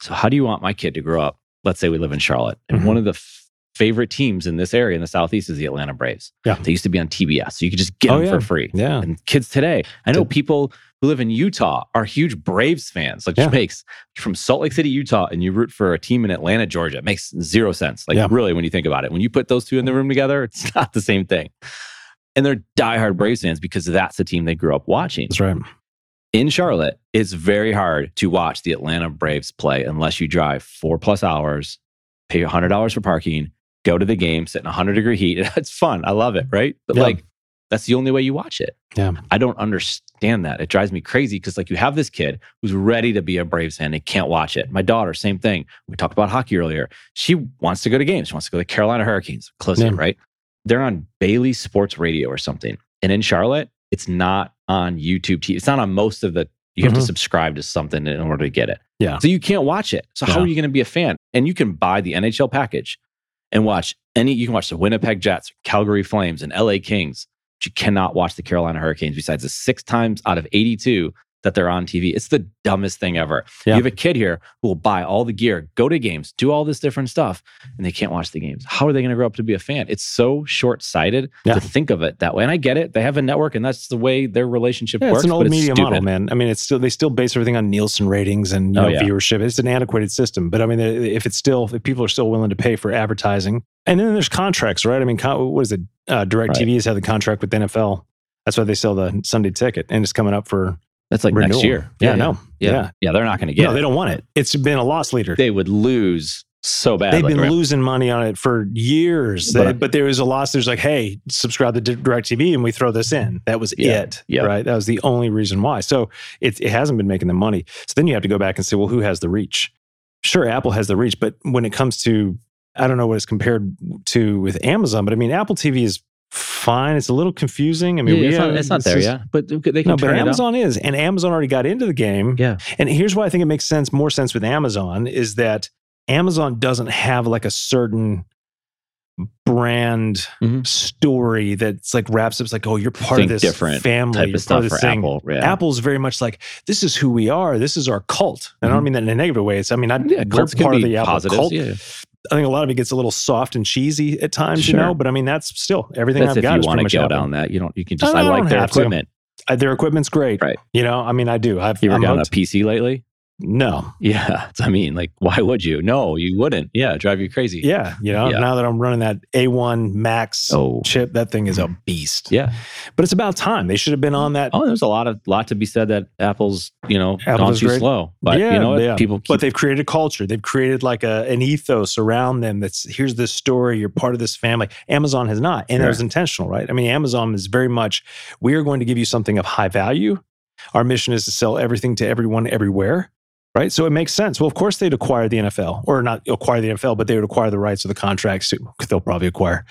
Speaker 3: So how do you want my kid to grow up? Let's say we live in Charlotte, and
Speaker 4: Mhm.
Speaker 3: one of the f- favorite teams in this area in the southeast is the Atlanta Braves.
Speaker 4: Yeah.
Speaker 3: They used to be on TBS, so you could just get
Speaker 4: Oh,
Speaker 3: them
Speaker 4: yeah.
Speaker 3: for free.
Speaker 4: Yeah.
Speaker 3: and kids today. I know
Speaker 4: Did-
Speaker 3: people who live in Utah are huge Braves fans. Like
Speaker 4: Yeah.
Speaker 3: it makes from Salt Lake City, Utah, and you root for a team in Atlanta, Georgia. It makes zero sense. Like
Speaker 4: Yeah.
Speaker 3: really, when you think about it, when you put those two in the room together, it's not the same thing. And they're diehard Braves fans because that's the team they grew up watching.
Speaker 4: That's right.
Speaker 3: In Charlotte, it's very hard to watch the Atlanta Braves play unless you drive four plus hours, pay hundred dollars for parking, go to the game, sit in hundred degree heat. It's fun. I love it, right? But
Speaker 4: Yeah.
Speaker 3: like that's the only way you watch it.
Speaker 4: Yeah.
Speaker 3: I don't understand that. It drives me crazy because like you have this kid who's ready to be a Braves fan and can't watch it. My daughter, same thing. We talked about hockey earlier. She wants to go to games. She wants to go to the Carolina Hurricanes. Close
Speaker 4: Yeah.
Speaker 3: it, right? They're on Bailey Sports Radio or something. And in Charlotte, it's not on YouTube TV. It's not on most of the you have
Speaker 4: Mhm.
Speaker 3: to subscribe to something in order to get it.
Speaker 4: Yeah.
Speaker 3: So you can't watch it. So how
Speaker 4: Yeah.
Speaker 3: are you going to be a fan? And you can buy the NHL package and watch any you can watch the Winnipeg Jets, Calgary Flames, and LA Kings. But you cannot watch the Carolina Hurricanes besides the six times out of 82 that they're on TV. It's the dumbest thing ever.
Speaker 4: Yeah.
Speaker 3: You have a kid here who will buy all the gear, go to games, do all this different stuff, and they can't watch the games. How are they going to grow up to be a fan? It's so short sighted
Speaker 4: Yeah.
Speaker 3: to think of it that way. And I get it. They have a network, and that's the way their relationship
Speaker 4: Yeah,
Speaker 3: works.
Speaker 4: it's an
Speaker 3: but
Speaker 4: old media
Speaker 3: stupid.
Speaker 4: model, man. I mean, it's still they still base everything on Nielsen ratings and you
Speaker 3: Oh,
Speaker 4: know,
Speaker 3: yeah.
Speaker 4: viewership. It's an antiquated system, but I mean, if it's still if people are still willing to pay for advertising, and then there's contracts, right? I mean, con- what is it? Uh, Direct TV's had the contract with the NFL. That's why they sell the Sunday ticket, and it's coming up for
Speaker 3: That's like
Speaker 4: renewal.
Speaker 3: next year.
Speaker 4: Yeah, no.
Speaker 3: Yeah.
Speaker 4: Yeah.
Speaker 3: Yeah, They're not going to get
Speaker 4: no,
Speaker 3: it.
Speaker 4: they don't want it. It's been a loss leader.
Speaker 3: They would lose so bad.
Speaker 4: They've
Speaker 3: like,
Speaker 4: been
Speaker 3: right?
Speaker 4: losing money on it for years.
Speaker 3: But-
Speaker 4: They- But, there was a loss. There's like, hey, subscribe to DirecTV and we throw this in. That was
Speaker 3: Yeah,
Speaker 4: it.
Speaker 3: yeah.
Speaker 4: Right. That was the only reason why. So it, it hasn't been making the money. So then you have to go back and say, well, who has the reach? Sure, Apple has the reach. But when it comes to, I don't know what it's compared to with Amazon, but I mean, Apple TV is fine. It's a little confusing. I mean,
Speaker 3: Yeah,
Speaker 4: we
Speaker 3: it's,
Speaker 4: have-
Speaker 3: not, it's not there
Speaker 4: is-
Speaker 3: yet, but they can
Speaker 4: No, but
Speaker 3: turn it on.
Speaker 4: Amazon is, and Amazon already got into the game.
Speaker 3: Yeah.
Speaker 4: And here's why I think it makes sense, more sense with Amazon is that Amazon doesn't have like a certain brand
Speaker 3: Mhm.
Speaker 4: story that's like wraps up. It's like, oh, you're part
Speaker 3: Think
Speaker 4: of this
Speaker 3: different
Speaker 4: family,
Speaker 3: Type
Speaker 4: you're
Speaker 3: of
Speaker 4: part
Speaker 3: stuff
Speaker 4: this
Speaker 3: for
Speaker 4: thing.
Speaker 3: Apple. Yeah.
Speaker 4: Apple's very much like this is who we are. This is our cult, and I
Speaker 3: Mhm.
Speaker 4: don't mean that in a negative way. It's I mean I,
Speaker 3: Yeah,
Speaker 4: we're
Speaker 3: cults can
Speaker 4: part of
Speaker 3: be
Speaker 4: the Apple
Speaker 3: positives,
Speaker 4: cult.
Speaker 3: yeah.
Speaker 4: I think a lot of it gets a little soft and cheesy at times, you
Speaker 3: Sure.
Speaker 4: know. But I mean that's still everything
Speaker 3: That's
Speaker 4: I've
Speaker 3: if
Speaker 4: got
Speaker 3: you
Speaker 4: is
Speaker 3: want
Speaker 4: pretty
Speaker 3: to
Speaker 4: much
Speaker 3: go
Speaker 4: Apple.
Speaker 3: down that. You don't. You can just.
Speaker 4: No,
Speaker 3: I
Speaker 4: I
Speaker 3: like
Speaker 4: don't
Speaker 3: their
Speaker 4: have to.
Speaker 3: equipment.
Speaker 4: Uh, Their equipment's great,
Speaker 3: Right.
Speaker 4: You know, I mean I do. I've
Speaker 3: You were
Speaker 4: I'm
Speaker 3: down a
Speaker 4: hooked.
Speaker 3: PC lately.
Speaker 4: no,
Speaker 3: Yeah, that's- I mean, like, why would you? No, you wouldn't. Yeah, drive you crazy.
Speaker 4: Yeah, you know,
Speaker 3: Yeah.
Speaker 4: now that I'm running that A1 Max
Speaker 3: Oh.
Speaker 4: chip, that thing is a beast.
Speaker 3: Yeah.
Speaker 4: But it's about time. They should have been on that.
Speaker 3: Oh, there's a lot of lot to be said that Apple's you know
Speaker 4: Apple
Speaker 3: gone
Speaker 4: is
Speaker 3: too
Speaker 4: great.
Speaker 3: slow, but
Speaker 4: Yeah,
Speaker 3: you know what?
Speaker 4: yeah.
Speaker 3: people keep
Speaker 4: But they've created culture. They've created like a, an ethos around them that's here's this story, you're part of this family. Amazon has not. And that was intentional, right? I mean, Amazon is very much, we are going to give you something of high value. Our mission is to sell everything to everyone everywhere. Right. So it makes sense. Well, of course they'd acquire the NFL or not acquire the NFL, but they would acquire the rights of the contracts. too. They'll probably acquire,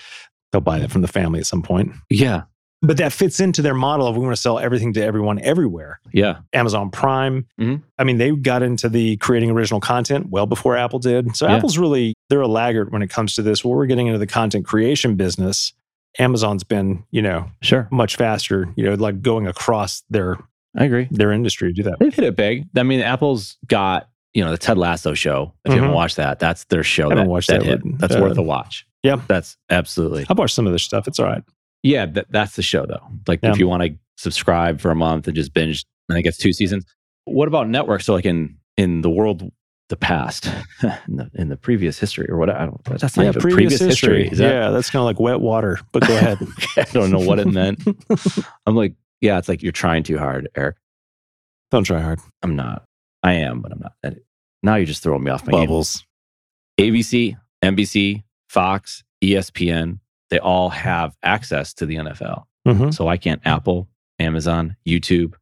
Speaker 4: they'll buy that from the family at some point.
Speaker 3: yeah
Speaker 4: but that fits into their model of we want to sell everything to everyone everywhere.
Speaker 3: yeah
Speaker 4: Amazon Prime.
Speaker 3: Mhm.
Speaker 4: I mean, they got into the creating original content well before Apple did. So
Speaker 3: Yeah.
Speaker 4: Apple's really they're a laggard when it comes to this. Where we're getting into the content creation business, Amazon's been you know
Speaker 3: sure
Speaker 4: much faster. You know, like going across their
Speaker 3: I agree.
Speaker 4: their industry to do that.
Speaker 3: They've hit it big. I mean, Apple's got you know the Ted Lasso show. If you haven't
Speaker 4: Mhm.
Speaker 3: watched that, that's their show.
Speaker 4: Haven't
Speaker 3: that,
Speaker 4: watched that
Speaker 3: hit.
Speaker 4: one.
Speaker 3: That's
Speaker 4: Uh,
Speaker 3: worth a watch.
Speaker 4: yeah.
Speaker 3: that's absolutely
Speaker 4: I've watched some of their stuff. It's all right.
Speaker 3: yeah. That, that's the show though. Like
Speaker 4: Yeah.
Speaker 3: if you want to subscribe for a month and just binge, I think it's two seasons. What about networks? So like in in the world, the past, in, the, in the previous history or what? I don't. That's not even Is that,
Speaker 4: yeah, that's kind of like wet water. But go ahead.
Speaker 3: I don't know what it meant. I'm like, yeah, it's like you're trying too hard, Eric.
Speaker 4: Don't try hard.
Speaker 3: I'm not. I am, but I'm not. And Now you're just throwing me off my
Speaker 4: Bubbles.
Speaker 3: game. ABC, NBC, Fox, E ESPN, they all have access to the NFL.
Speaker 4: hmm
Speaker 3: So why can't Apple, Amazon, YouTube?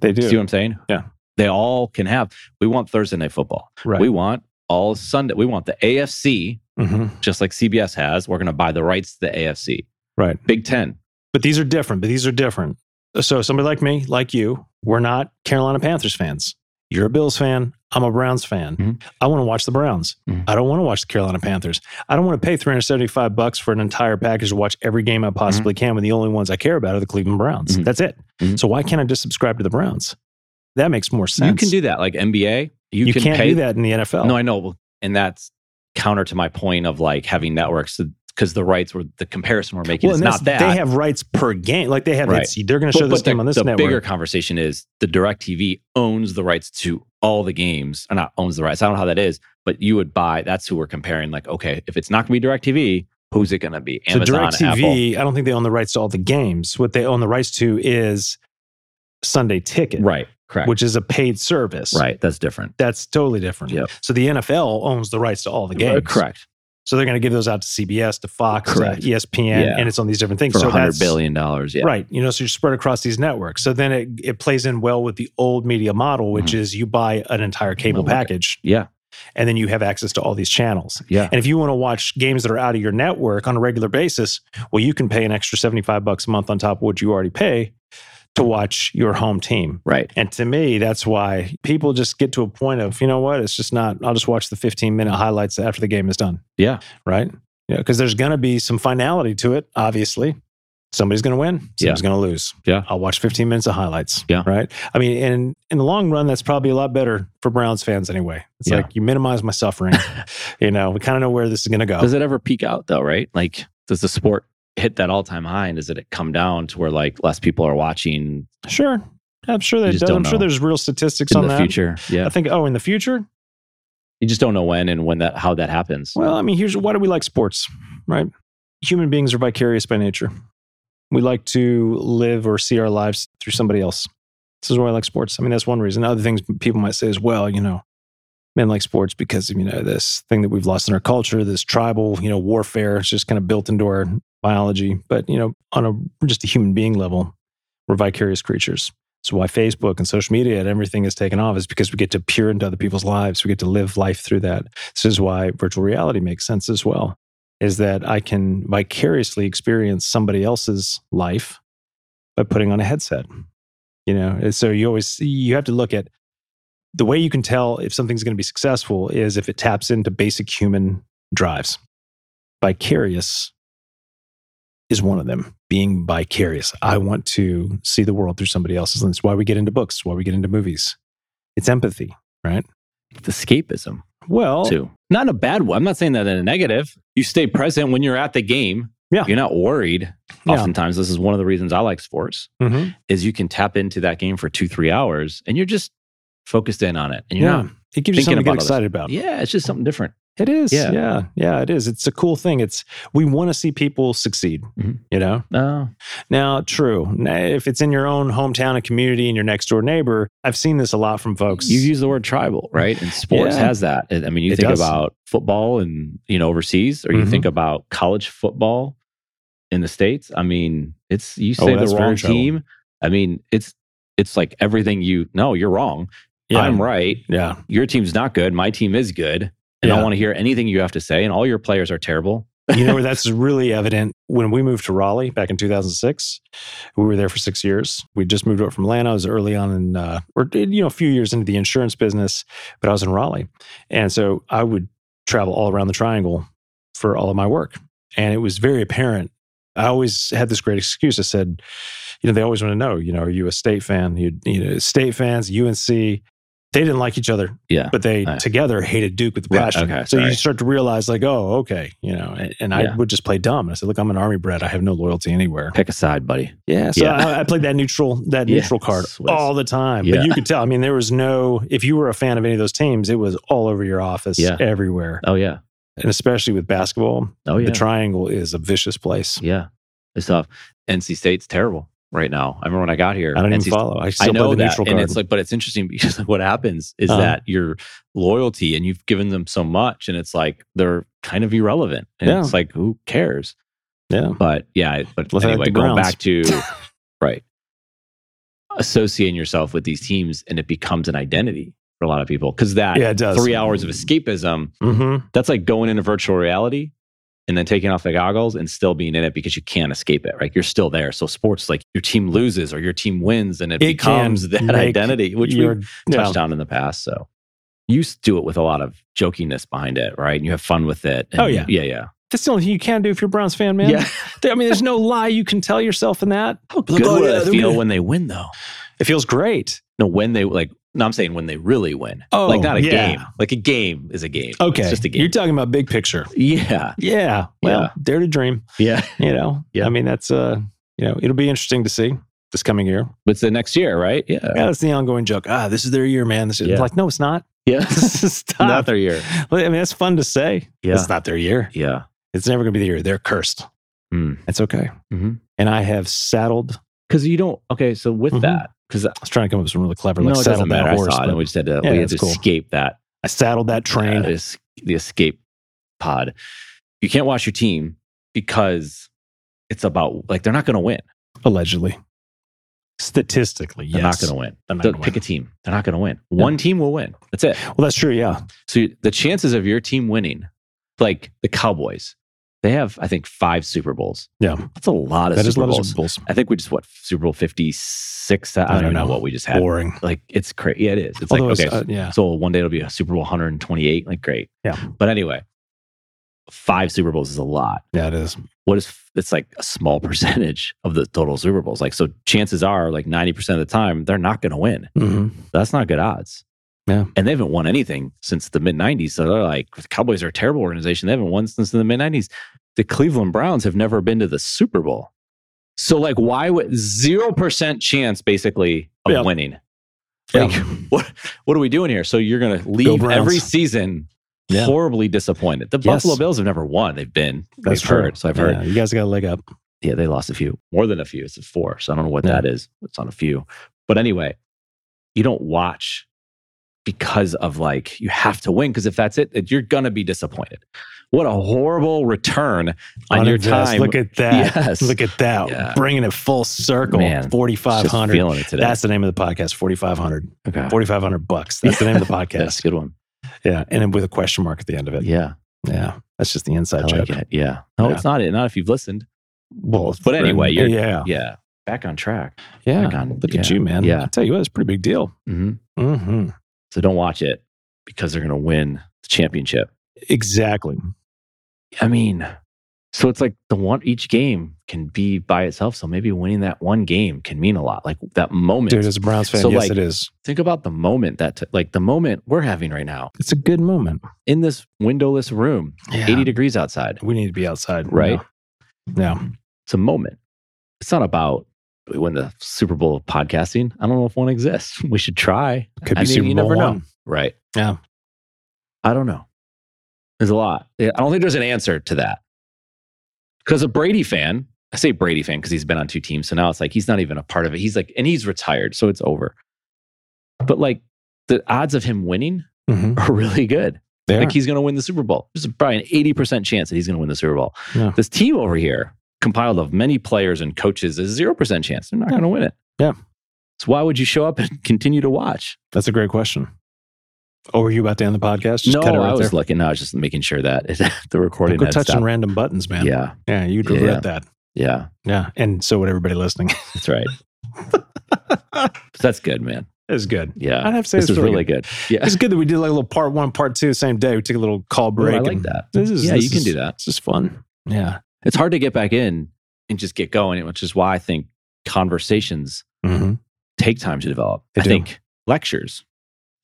Speaker 4: They do.
Speaker 3: See what I'm saying?
Speaker 4: Yeah.
Speaker 3: They all can have. We want Thursday night football.
Speaker 4: right.
Speaker 3: We want all Sunday. We want the AFC,
Speaker 4: hmm
Speaker 3: just like CBS has. We're going to buy the rights to the AFC.
Speaker 4: Right.
Speaker 3: Big Ten.
Speaker 4: But these are different. But these are different. So somebody like me, like you, we're not Carolina Panthers fans. You're a Bills fan. I'm a Browns fan.
Speaker 3: Mhm.
Speaker 4: I want to watch the Browns.
Speaker 3: Mhm.
Speaker 4: I don't want to watch the Carolina Panthers. I don't want to pay 375 bucks for an entire package to watch every game I possibly
Speaker 3: Mm-hmm.
Speaker 4: can when the only ones I care about are the Cleveland Browns.
Speaker 3: Mhm.
Speaker 4: That's it.
Speaker 3: Mhm.
Speaker 4: So why can't I just subscribe to the Browns? That makes more sense.
Speaker 3: You can do that, like NBA. You,
Speaker 4: You
Speaker 3: can
Speaker 4: can't
Speaker 3: pay
Speaker 4: do that in the NFL.
Speaker 3: No, I know. Well, And that's counter to my point of like having networks because the rights were the comparison we're making
Speaker 4: well,
Speaker 3: is
Speaker 4: and
Speaker 3: not that.
Speaker 4: They have rights per game. Like they have,
Speaker 3: Right.
Speaker 4: it's- they're going to show this
Speaker 3: the,
Speaker 4: game on this
Speaker 3: the
Speaker 4: network.
Speaker 3: bigger conversation is the DirecTV owns the rights to all the games, or not owns the rights. I don't know how that is, but you would buy. That's who we're comparing. Like, okay, if it's not going to be DirecTV, who's it going to be? Amazon,
Speaker 4: so
Speaker 3: Apple.
Speaker 4: DirecTV, I don't think they own the rights to all the games. What they own the rights to is Sunday Ticket,
Speaker 3: Right, correct.
Speaker 4: which is a paid service.
Speaker 3: right, that's different.
Speaker 4: That's totally different.
Speaker 3: Yep.
Speaker 4: So the NFL owns the rights to all the
Speaker 3: Uh,
Speaker 4: games.
Speaker 3: correct.
Speaker 4: So they're going to give those out to CBS, to Fox, to E
Speaker 3: Correct.
Speaker 4: ESPN,
Speaker 3: Yeah.
Speaker 4: and it's on these different things.
Speaker 3: For
Speaker 4: so
Speaker 3: a hundred
Speaker 4: that's
Speaker 3: billion dollars, yeah.
Speaker 4: right. You know, so you're spread across these networks. So then it, it plays in well with the old media model, which
Speaker 3: Mhm.
Speaker 4: is you buy an entire cable
Speaker 3: look at-
Speaker 4: package
Speaker 3: Yeah,
Speaker 4: and then you have access to all these channels.
Speaker 3: yeah.
Speaker 4: And if you want to watch games that are out of your network on a regular basis, well, you can pay an extra 75 bucks a month on top of what you already pay to watch your home team.
Speaker 3: Right.
Speaker 4: And to me, that's why people just get to a point of, you know what, it's just not, I'll just watch the 15 minute highlights after the game is done.
Speaker 3: Yeah.
Speaker 4: Right. Yeah. Because there's going to be some finality to it, obviously. Somebody's going to win,
Speaker 3: Yeah.
Speaker 4: somebody's going to lose.
Speaker 3: Yeah.
Speaker 4: I'll watch 15 minutes of highlights.
Speaker 3: Yeah.
Speaker 4: Right. I mean, and in the long run, that's probably a lot better for Browns fans anyway. It's
Speaker 3: Yeah.
Speaker 4: like you minimize my suffering. you know, we kind of know where this is going to go.
Speaker 3: Does it ever peak out though, right? Like, does the sport hit that all time high and does it come down to where like less people are watching
Speaker 4: Sure. I'm sure that
Speaker 3: You
Speaker 4: it
Speaker 3: just
Speaker 4: does.
Speaker 3: don't
Speaker 4: I'm
Speaker 3: know.
Speaker 4: sure there's real statistics
Speaker 3: in
Speaker 4: on
Speaker 3: the
Speaker 4: that.
Speaker 3: future?
Speaker 4: I
Speaker 3: Yeah.
Speaker 4: think, oh, in the future?
Speaker 3: You just don't know when and when that, how that happens.
Speaker 4: Well, I mean, here's why do we like sports, right? Human beings are vicarious by nature. We like to live or see our lives through somebody else. This is why I like sports. I mean, that's one reason. Other things people might say is, well, you know, men like sports because you know this thing that we've lost in our culture, this tribal, you know, warfare. It's just kind of built into our biology. But you know, on a just a human being level, we're vicarious creatures. So why Facebook and social media and everything is taken off is because we get to peer into other people's lives. We get to live life through that. This is why virtual reality makes sense as well. Is that I can vicariously experience somebody else's life by putting on a headset. You know, and so you always you have to look at the way you can tell if something's going to be successful is if it taps into basic human drives. Vicarious is one of them. Being vicarious. I want to see the world through somebody else's lens. It's why we get into books, why we get into movies. It's empathy, right?
Speaker 3: It's escapism
Speaker 4: Well,
Speaker 3: too. Oh, Not in a bad way. I'm not saying that in a negative. You stay present when you're at the game.
Speaker 4: Yeah.
Speaker 3: You're not worried.
Speaker 4: Yeah.
Speaker 3: Oftentimes, this is one of the reasons I like sports
Speaker 4: mhm.
Speaker 3: is you can tap into that game for two, three hours and you're just focused in on it. And you're
Speaker 4: yeah,
Speaker 3: not,
Speaker 4: it gives
Speaker 3: thinking
Speaker 4: you something to
Speaker 3: about
Speaker 4: get
Speaker 3: others.
Speaker 4: excited about.
Speaker 3: yeah, it's just something different.
Speaker 4: It is.
Speaker 3: Yeah.
Speaker 4: Yeah. yeah. it is. It's a cool thing. It's we want to see people succeed,
Speaker 3: Mhm.
Speaker 4: you know?
Speaker 3: No.
Speaker 4: Now, true. Now, If it's in your own hometown and community and your next door neighbor, I've seen this a lot from folks.
Speaker 3: you use the word tribal, right? And sports
Speaker 4: Yeah.
Speaker 3: has that. I I mean, you
Speaker 4: It
Speaker 3: think
Speaker 4: does.
Speaker 3: about football and you know overseas, or you
Speaker 4: Mhm.
Speaker 3: think about college football in the states. I mean, it's you
Speaker 4: Oh,
Speaker 3: say
Speaker 4: that's
Speaker 3: the
Speaker 4: very
Speaker 3: wrong
Speaker 4: tribal.
Speaker 3: team. I mean, it's it's like everything you. No, you're wrong.
Speaker 4: yeah.
Speaker 3: I'm right.
Speaker 4: Yeah.
Speaker 3: Your team's not good. My team is good. And I
Speaker 4: Yeah.
Speaker 3: want to hear anything you have to say. And all your players are terrible.
Speaker 4: you know where that's really evident when we moved to raleigh back in 2006 we were there for six years we just moved up from atlanta i was early on in uh, or you know a few years into the insurance business but i was in raleigh and so i would travel all around the triangle for all of my work and it was very apparent i always had this great excuse i said you know they always want to know you know are you a state fan you, you know state fans unc they didn't like each other
Speaker 3: Yeah.
Speaker 4: but they
Speaker 3: Right.
Speaker 4: together hated Duke with
Speaker 3: Right,
Speaker 4: passion.
Speaker 3: okay,
Speaker 4: so you
Speaker 3: sorry.
Speaker 4: start to realize, like, oh, okay, you know. And, and I
Speaker 3: Yeah.
Speaker 4: would just play dumb. I said, look, I'm an army bred. I have no loyalty anywhere.
Speaker 3: Pick a side, buddy.
Speaker 4: Yeah. So
Speaker 3: Yeah.
Speaker 4: I, I played that neutral that
Speaker 3: Yeah,
Speaker 4: neutral card
Speaker 3: Swiss.
Speaker 4: all the time.
Speaker 3: Yeah.
Speaker 4: But you could tell. I mean, there was no. If you were a fan of any of those teams, it was all over your office,
Speaker 3: Yeah.
Speaker 4: everywhere,
Speaker 3: Oh yeah.
Speaker 4: and especially with basketball.
Speaker 3: Oh yeah.
Speaker 4: The triangle is a vicious place.
Speaker 3: yeah. It's tough. NC State's terrible right now. I remember when I got here.
Speaker 4: I don't
Speaker 3: NC
Speaker 4: even follow. I still
Speaker 3: I know
Speaker 4: play the
Speaker 3: that,
Speaker 4: neutral
Speaker 3: and
Speaker 4: card.
Speaker 3: it's like, but it's interesting because what happens is
Speaker 4: Uh-huh.
Speaker 3: that your loyalty and you've given them so much, and it's like they're kind of irrelevant, and
Speaker 4: Yeah.
Speaker 3: it's like who cares?
Speaker 4: yeah.
Speaker 3: But yeah, I- but
Speaker 4: Let's add
Speaker 3: anyway,
Speaker 4: the
Speaker 3: going
Speaker 4: grounds.
Speaker 3: back to right, associating yourself with these teams, and it becomes an identity for a lot of people because that
Speaker 4: Yeah, it does.
Speaker 3: three hours of escapism
Speaker 4: Mm-hmm.
Speaker 3: that's like going into virtual reality and then taking off the goggles and still being in it because you can't escape it, right? You're still there. So sports, like your team loses or your team wins, and it,
Speaker 4: It can
Speaker 3: becomes that
Speaker 4: make
Speaker 3: identity, which we
Speaker 4: You're-
Speaker 3: touched
Speaker 4: yeah.
Speaker 3: on in the past. So you s- do it with a lot of jokiness behind it, right? And you have fun with it. and
Speaker 4: Oh, yeah.
Speaker 3: yeah, yeah,
Speaker 4: That's the only thing you can do if you're a Browns fan, man.
Speaker 3: yeah.
Speaker 4: I mean, there's no lie you can tell yourself in that.
Speaker 3: How
Speaker 4: Look,
Speaker 3: good
Speaker 4: oh,
Speaker 3: would
Speaker 4: yeah,
Speaker 3: it
Speaker 4: they're
Speaker 3: feel
Speaker 4: gonna-
Speaker 3: when they win, though?
Speaker 4: It feels great.
Speaker 3: No, when they like. No, I'm saying when they really win.
Speaker 4: Oh,
Speaker 3: like not a
Speaker 4: yeah.
Speaker 3: game. Like a game is a game.
Speaker 4: Okay.
Speaker 3: it's just a
Speaker 4: You're
Speaker 3: game.
Speaker 4: talking about big picture.
Speaker 3: yeah,
Speaker 4: Yeah. Well,
Speaker 3: Yeah.
Speaker 4: dare to dream.
Speaker 3: yeah.
Speaker 4: You know.
Speaker 3: Yeah.
Speaker 4: I mean, that's uh, you know, it'll be interesting to see this coming year.
Speaker 3: But it's the next year, right? Yeah,
Speaker 4: Yeah, that's the ongoing joke. Ah, this is their year, man. This is
Speaker 3: Yeah.
Speaker 4: like, no, it's not.
Speaker 3: yeah.
Speaker 4: Stop.
Speaker 3: not their year.
Speaker 4: Well, I mean, that's fun to say.
Speaker 3: Yeah.
Speaker 4: It's not their year.
Speaker 3: Yeah.
Speaker 4: It's never gonna be the year. They're cursed.
Speaker 3: Hmm.
Speaker 4: It's okay.
Speaker 3: Mhm.
Speaker 4: And I have saddled.
Speaker 3: Because you don't. Okay, so with
Speaker 4: Mhm.
Speaker 3: that, because
Speaker 4: I was trying to come up with some really clever, like
Speaker 3: no, it doesn't
Speaker 4: saddled
Speaker 3: matter.
Speaker 4: that horse.
Speaker 3: I saw it,
Speaker 4: but
Speaker 3: and we just had to
Speaker 4: Yeah,
Speaker 3: we had
Speaker 4: that's
Speaker 3: to
Speaker 4: cool.
Speaker 3: escape that
Speaker 4: I saddled that train.
Speaker 3: uh, es- the escape pod. You can't watch your team because it's about like they're not going to win.
Speaker 4: allegedly. Statistically, yes.
Speaker 3: They're not going to win.
Speaker 4: They're not
Speaker 3: So
Speaker 4: gonna
Speaker 3: pick
Speaker 4: win.
Speaker 3: a team. They're not going to win. One team will win. That's it.
Speaker 4: Well, that's true. Yeah.
Speaker 3: So the chances of your team winning, like the Cowboys, they have I think five Super Bowls.
Speaker 4: Yeah.
Speaker 3: That's a lot of
Speaker 4: That is
Speaker 3: Super
Speaker 4: a lot of
Speaker 3: Bowls.
Speaker 4: Super Bowls.
Speaker 3: I think we just what Super Bowl fifty six. I, don't even know what we just had.
Speaker 4: Boring.
Speaker 3: Like it's crazy. Yeah, it is. It's
Speaker 4: Although
Speaker 3: like okay,
Speaker 4: it's, uh, yeah.
Speaker 3: So one day it'll be a Super Bowl 128. Like, great.
Speaker 4: Yeah.
Speaker 3: But anyway, five Super Bowls is a lot.
Speaker 4: Yeah, it is.
Speaker 3: What is it's like a small percentage of the total Super Bowls? Like, so chances are, like 90% of the time, they're not going to win.
Speaker 4: Mm-hmm.
Speaker 3: That's not good odds.
Speaker 4: Yeah.
Speaker 3: And they haven't won anything since the mid 90s. So they're like, the Cowboys are a terrible organization. They haven't won since the mid 90s. The Cleveland Browns have never been to the Super Bowl. So, like, why would 0% chance basically of
Speaker 4: Yeah.
Speaker 3: winning? Like, what what are we doing here? So you're going to leave
Speaker 4: Browns.
Speaker 3: every season
Speaker 4: Yeah.
Speaker 3: horribly disappointed. The
Speaker 4: Yes.
Speaker 3: Buffalo Bills have never won. They've been.
Speaker 4: That's
Speaker 3: we've
Speaker 4: true.
Speaker 3: heard. So I've heard.
Speaker 4: Yeah, you guys got a leg up.
Speaker 3: Yeah. they lost a few, more than a few. It's a four. So I don't know what
Speaker 4: Yeah.
Speaker 3: that is. It's on a few. But anyway, you don't watch because of like you have to win because if that's it, it, you're gonna be disappointed. What a horrible return on, your
Speaker 4: Uninvest.
Speaker 3: time.
Speaker 4: Look at that.
Speaker 3: Yes.
Speaker 4: Look at that.
Speaker 3: Yeah.
Speaker 4: Bringing it full circle.
Speaker 3: Man, Just
Speaker 4: 4500
Speaker 3: feeling it today.
Speaker 4: That's the name of the podcast. 4500
Speaker 3: Okay.
Speaker 4: 4500 bucks. That's the name of the
Speaker 3: That's
Speaker 4: podcast.
Speaker 3: a good one.
Speaker 4: yeah. And then with a question mark at the end of it. Yeah.
Speaker 3: Yeah,
Speaker 4: That's just the
Speaker 3: I
Speaker 4: inside
Speaker 3: like
Speaker 4: joke.
Speaker 3: it. Yeah. No,
Speaker 4: Yeah.
Speaker 3: it's not it. Not if you've listened.
Speaker 4: Well,
Speaker 3: But anyway, you're-
Speaker 4: yeah.
Speaker 3: Yeah. Back on track.
Speaker 4: Yeah.
Speaker 3: Back on-
Speaker 4: Look at
Speaker 3: yeah.
Speaker 4: you, man.
Speaker 3: Yeah.
Speaker 4: I tell you what, it's a pretty big deal.
Speaker 3: hmm
Speaker 4: hmm
Speaker 3: So don't watch it because they're gonna win the championship.
Speaker 4: Exactly.
Speaker 3: I mean, so it's like the one each game can be by itself. So maybe winning that one game can mean a lot. Like that moment.
Speaker 4: Dude, as a Browns fan,
Speaker 3: So,
Speaker 4: yes,
Speaker 3: like-
Speaker 4: it is.
Speaker 3: Think about the moment that, t- like the moment we're having right now
Speaker 4: It's a good moment.
Speaker 3: in this windowless room,
Speaker 4: Yeah.
Speaker 3: 80 degrees outside.
Speaker 4: we need to be outside.
Speaker 3: Right?
Speaker 4: Yeah. Yeah.
Speaker 3: It's a moment. It's not about we win the Super Bowl of podcasting. I don't know if one exists. We should try.
Speaker 4: Could be
Speaker 3: I mean,
Speaker 4: Super
Speaker 3: you
Speaker 4: Bowl
Speaker 3: never know.
Speaker 4: one.
Speaker 3: Right.
Speaker 4: Yeah.
Speaker 3: I don't know. There's a lot. Yeah, I don't think there's an answer to that. Because a Brady fan, I say Brady fan because he's been on two teams. So now it's like he's not even a part of it. He's like, and he's retired. So it's over. But like the odds of him winning
Speaker 4: Mhm.
Speaker 3: are really good.
Speaker 4: They
Speaker 3: Like
Speaker 4: are.
Speaker 3: he's going to win the Super Bowl. There's probably an 80% chance that he's going to win the Super Bowl.
Speaker 4: Yeah.
Speaker 3: This team over here, compiled of many players and coaches, is 0% chance they're not going to win it.
Speaker 4: Yeah.
Speaker 3: So why would you show up and continue to watch?
Speaker 4: That's a great question. Oh, were you about to end the podcast? Just
Speaker 3: no,
Speaker 4: cut it right
Speaker 3: I was
Speaker 4: there.
Speaker 3: looking. No, I was just making sure that it- the
Speaker 4: Don't
Speaker 3: recording
Speaker 4: go
Speaker 3: had
Speaker 4: touching
Speaker 3: stopped.
Speaker 4: random buttons, man.
Speaker 3: Yeah,
Speaker 4: Yeah, you'd
Speaker 3: Yeah.
Speaker 4: regret that.
Speaker 3: yeah,
Speaker 4: Yeah. And so would everybody listening.
Speaker 3: that's right. But that's good, man.
Speaker 4: it's good.
Speaker 3: Yeah,
Speaker 4: I'd have to say
Speaker 3: Uh, this
Speaker 4: it's
Speaker 3: was really good. Yeah,
Speaker 4: It's good that we did like a little part one, part two, same day. We took a little call
Speaker 3: Ooh,
Speaker 4: break.
Speaker 3: I like
Speaker 4: and
Speaker 3: that.
Speaker 4: This is,
Speaker 3: yeah,
Speaker 4: this
Speaker 3: you can
Speaker 4: is-
Speaker 3: do that.
Speaker 4: It's just fun. Yeah.
Speaker 3: It's hard to get back in and just get going, which is why I think conversations
Speaker 4: Mm-hmm.
Speaker 3: take time to develop.
Speaker 4: They
Speaker 3: I
Speaker 4: do.
Speaker 3: think lectures.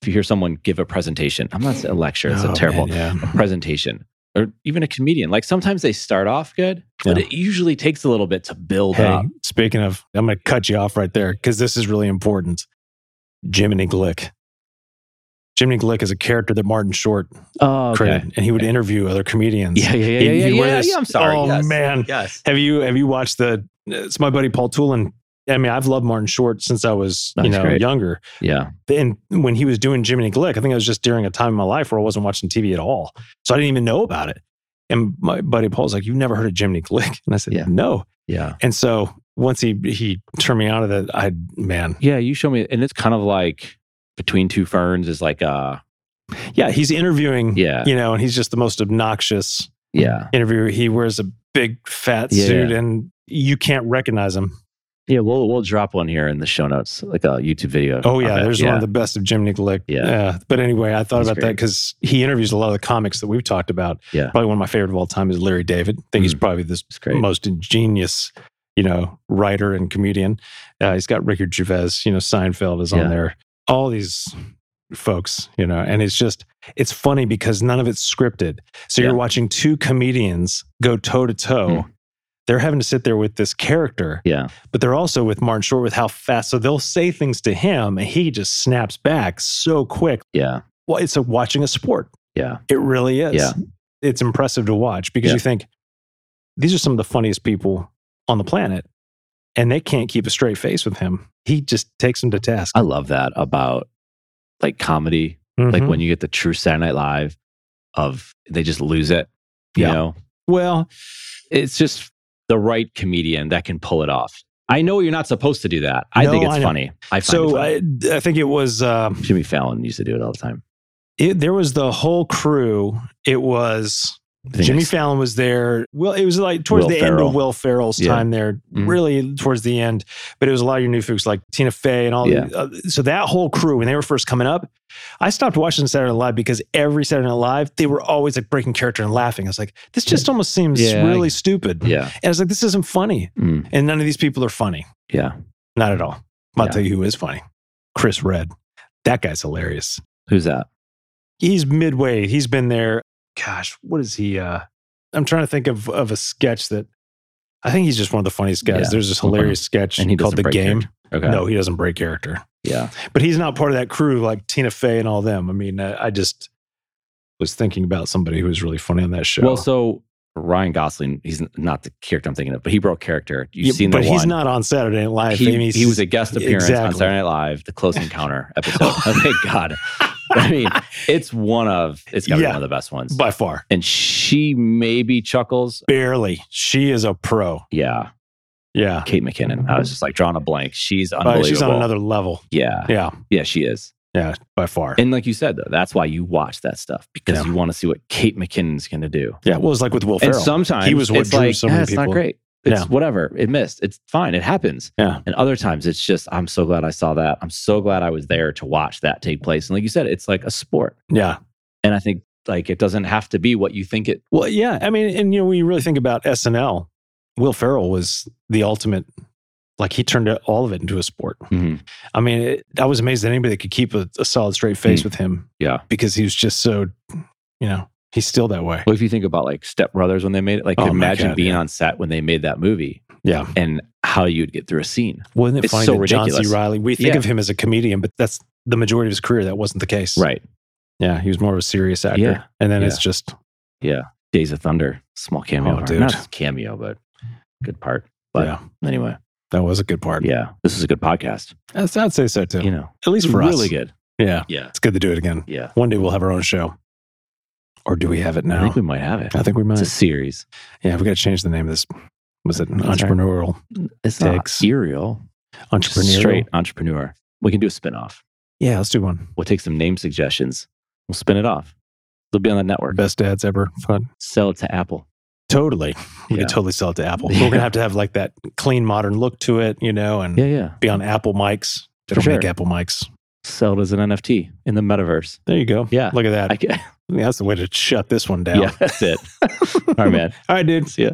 Speaker 3: If you hear someone give a presentation, I'm not saying a lecture. It's a terrible
Speaker 4: Oh, yeah.
Speaker 3: presentation. Or even a comedian. Like sometimes they start off good, but
Speaker 4: Yeah.
Speaker 3: it usually takes a little bit to build
Speaker 4: Hey,
Speaker 3: up.
Speaker 4: speaking of, I'm going to cut you off right there because this is really important. Jiminy Glick. Jiminy Glick is a character that Martin Short
Speaker 3: Oh,
Speaker 4: created, and he would interview other comedians.
Speaker 3: Yeah, yeah, yeah,
Speaker 4: You-
Speaker 3: yeah, yeah,
Speaker 4: you wear
Speaker 3: yeah,
Speaker 4: this-
Speaker 3: yeah, I'm sorry.
Speaker 4: Oh
Speaker 3: yes.
Speaker 4: man,
Speaker 3: Yes.
Speaker 4: have you have you watched the? It's my buddy Paul Tulin. I mean, I've loved Martin Short since I was you
Speaker 3: That's
Speaker 4: know
Speaker 3: great.
Speaker 4: younger.
Speaker 3: Yeah.
Speaker 4: And when he was doing Jiminy Glick, I think I was just during a time in my life where I wasn't watching TV at all, so I didn't even know about it. And my buddy Paul's like, "You've never heard of Jiminy Glick?" And I said,
Speaker 3: Yeah.
Speaker 4: "No."
Speaker 3: Yeah.
Speaker 4: And so once he he turned me on to that, I man,
Speaker 3: Yeah. You show me, and it's kind of like between two ferns is like uh
Speaker 4: yeah, he's interviewing,
Speaker 3: yeah
Speaker 4: you know, and he's just the most obnoxious
Speaker 3: yeah
Speaker 4: interviewer. He wears a big fat
Speaker 3: Yeah.
Speaker 4: suit, and you can't recognize him.
Speaker 3: yeah. We'll we'll drop one here in the show notes, like a YouTube video.
Speaker 4: Oh yeah,
Speaker 3: of it.
Speaker 4: there's
Speaker 3: yeah.
Speaker 4: one of the best of Jiminy Glick.
Speaker 3: Yeah.
Speaker 4: but anyway, I thought
Speaker 3: He's
Speaker 4: about that
Speaker 3: great.
Speaker 4: because he interviews a lot of the comics that we've talked about.
Speaker 3: Yeah. Mm.
Speaker 4: probably one of my favorite of all time is Larry David. I think he's probably the
Speaker 3: It's great.
Speaker 4: most ingenious, you know, writer and comedian. Uh, he's got Richard Gervais. You know, Seinfeld is
Speaker 3: Yeah.
Speaker 4: on there. All these folks, you know, and it's just it's funny because none of it's scripted. So you're
Speaker 3: Yeah.
Speaker 4: watching two comedians go toe to toe.
Speaker 3: Hmm.
Speaker 4: They're having to sit there with this character
Speaker 3: yeah.
Speaker 4: but they're also with Martin Short with how fast. So they'll say things to him and he just snaps back so quick.
Speaker 3: Yeah.
Speaker 4: Well, it's like watching a sport.
Speaker 3: Yeah.
Speaker 4: It really is.
Speaker 3: Yeah.
Speaker 4: It's impressive to watch because
Speaker 3: Yeah.
Speaker 4: you think these are some of the funniest people on the planet and they can't keep a straight face with him. He just takes them to task.
Speaker 3: I love that about like comedy. Like
Speaker 4: Mhm.
Speaker 3: when you get the true Saturday Night Live of they just lose it. You
Speaker 4: Yeah.
Speaker 3: know,
Speaker 4: well,
Speaker 3: it's just the right comedian that can pull it off. I know you're not supposed to do that. I
Speaker 4: No,
Speaker 3: think it's
Speaker 4: I know.
Speaker 3: funny. I find it
Speaker 4: so
Speaker 3: funny.
Speaker 4: I, I think it was, uh,
Speaker 3: Jimmy Fallon used to do it all the time.
Speaker 4: it, there was the whole crew. It was
Speaker 3: I think
Speaker 4: Jimmy
Speaker 3: it's-
Speaker 4: Fallon was there. Well, it was like towards
Speaker 3: Will
Speaker 4: the end
Speaker 3: Ferrell.
Speaker 4: of Will Ferrell's
Speaker 3: Yeah.
Speaker 4: time there,
Speaker 3: Mhm.
Speaker 4: really towards the end. But it was a lot of your new folks like Tina Fey and all.
Speaker 3: Yeah.
Speaker 4: The, uh, so that whole crew when they were first coming up, I stopped watching Saturday Night Live because every Saturday Night Live they were always like breaking character and laughing. I was like, this just almost seems
Speaker 3: Yeah, I-
Speaker 4: really stupid.
Speaker 3: Yeah.
Speaker 4: And I was like, this isn't funny.
Speaker 3: Mm.
Speaker 4: And none of these people are funny.
Speaker 3: Yeah.
Speaker 4: Not at all. I'll
Speaker 3: Yeah.
Speaker 4: tell you who is funny. Chris Red. That guy's hilarious.
Speaker 3: Who's that?
Speaker 4: he's midway. He's been there. Gosh, what is he? Uh, I'm trying to think of of a sketch that I think he's just one of the funniest guys.
Speaker 3: Yeah.
Speaker 4: There's this hilarious sketch
Speaker 3: And he
Speaker 4: called
Speaker 3: doesn't
Speaker 4: The
Speaker 3: break
Speaker 4: Game.
Speaker 3: character. Okay.
Speaker 4: No, he doesn't break character,
Speaker 3: Yeah.
Speaker 4: but he's not part of that crew like Tina Fey and all uh, them. I mean, I, I just was thinking about somebody who was really funny on that show.
Speaker 3: Well, so Ryan Gosling, he's not the character I'm thinking of, but he broke character. You've
Speaker 4: Yeah,
Speaker 3: seen the
Speaker 4: but he's
Speaker 3: one.
Speaker 4: not on Saturday Night Live. I mean,
Speaker 3: He,
Speaker 4: he's-
Speaker 3: he was a guest appearance on
Speaker 4: Exactly.
Speaker 3: Saturday Night Live, the Close Encounter episode. oh, thank God. I mean, it's one of it's gotta
Speaker 4: Yeah.
Speaker 3: be one of the best ones.
Speaker 4: by far
Speaker 3: and she maybe chuckles.
Speaker 4: barely. She is a pro.
Speaker 3: Yeah,
Speaker 4: Yeah,
Speaker 3: Kate McKinnon. I was just like drawing a blank. She's
Speaker 4: Uh,
Speaker 3: unbelievable.
Speaker 4: she's on another level.
Speaker 3: Yeah,
Speaker 4: Yeah,
Speaker 3: yeah, she is.
Speaker 4: yeah, by far.
Speaker 3: And like you said, though, that's why you watch that stuff because
Speaker 4: Yeah.
Speaker 3: you want to see what Kate McKinnon's going to do.
Speaker 4: yeah, well, it's like with Will Ferrell.
Speaker 3: And sometimes
Speaker 4: He was what
Speaker 3: it's
Speaker 4: drew
Speaker 3: like,
Speaker 4: so many
Speaker 3: "Yeah, it's not
Speaker 4: people."
Speaker 3: great. It's
Speaker 4: Yeah.
Speaker 3: whatever. It missed. It's fine. It happens.
Speaker 4: Yeah.
Speaker 3: And other times it's just, I'm so glad I saw that. I'm so glad I was there to watch that take place. And like you said, it's like a sport.
Speaker 4: yeah,
Speaker 3: And I think like it doesn't have to be what you think it.
Speaker 4: well, yeah. I mean, and you know, when you really think about SNL, Will Ferrell was the ultimate. Like he turned it- all of it into a sport. I mean, it, I was amazed that anybody that could keep a, a solid straight face with him.
Speaker 3: Hmm. Yeah.
Speaker 4: because he was just so, you know, he's still that way.
Speaker 3: Well, if you think about like Step Brothers when they made it, like
Speaker 4: Oh, my
Speaker 3: imagine
Speaker 4: God,
Speaker 3: being
Speaker 4: yeah.
Speaker 3: on set when they made that movie
Speaker 4: Yeah,
Speaker 3: and how you'd get through a scene.
Speaker 4: wasn't it
Speaker 3: It's
Speaker 4: funny
Speaker 3: so
Speaker 4: that John C.
Speaker 3: ridiculous.
Speaker 4: Riley? We think
Speaker 3: Yeah.
Speaker 4: of him as a comedian, but that's the majority of his career. That wasn't the case.
Speaker 3: Right.
Speaker 4: Yeah, he was more of a serious actor.
Speaker 3: Yeah.
Speaker 4: and then
Speaker 3: Yeah.
Speaker 4: it's just
Speaker 3: Days of Thunder, small cameo.
Speaker 4: Oh,
Speaker 3: part.
Speaker 4: dude.
Speaker 3: Not cameo, but good part. But
Speaker 4: yeah,
Speaker 3: anyway,
Speaker 4: that was a good part.
Speaker 3: yeah, this is a good podcast.
Speaker 4: I'd I'd say so too.
Speaker 3: You know,
Speaker 4: At least for
Speaker 3: really
Speaker 4: us.
Speaker 3: good.
Speaker 4: Yeah,
Speaker 3: Yeah,
Speaker 4: it's good to do it again.
Speaker 3: yeah.
Speaker 4: One day we'll have our own show, or do we have it
Speaker 3: I
Speaker 4: now?
Speaker 3: think we might have it.
Speaker 4: I think we
Speaker 3: It's
Speaker 4: might.
Speaker 3: a series.
Speaker 4: yeah, we got to change the name of this. Was it
Speaker 3: That's right.
Speaker 4: entrepreneurial?
Speaker 3: It's
Speaker 4: Takes.
Speaker 3: not serial. Just
Speaker 4: Entrepreneurial.
Speaker 3: Straight entrepreneur. We can do a spinoff.
Speaker 4: Yeah, let's do one.
Speaker 3: We'll take some name suggestions. We'll spin it off. It'll be on the network.
Speaker 4: Best ads ever. Fun.
Speaker 3: Sell it to Apple.
Speaker 4: Totally. We
Speaker 3: Yeah.
Speaker 4: could totally sell it to Apple.
Speaker 3: Yeah.
Speaker 4: We're gonna have to have like that clean modern look to it, you know,
Speaker 2: Mm.
Speaker 4: and
Speaker 3: Yeah, yeah.
Speaker 4: be on Apple mics. They
Speaker 3: For
Speaker 4: don't make
Speaker 3: sure.
Speaker 4: Apple mics.
Speaker 3: Sell it as an NFT in the metaverse.
Speaker 4: There you go.
Speaker 3: Yeah.
Speaker 4: Look at that.
Speaker 3: I ca-
Speaker 4: Yeah, that's the way to shut this one down.
Speaker 3: yeah, that's it. All right, man.
Speaker 4: All right, dude.
Speaker 3: See ya.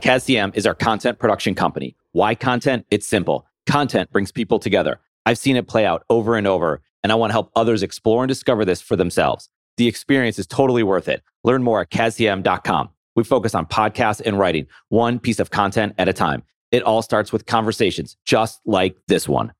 Speaker 2: CasDM is our content production company. Why content? It's simple. Content brings people together. I've seen it play out over and over, and I want to help others explore and discover this for themselves. The experience is totally worth it. Learn more at CasDM.com. We focus on podcasts and writing, one piece of content at a time. It all starts with conversations just like this one.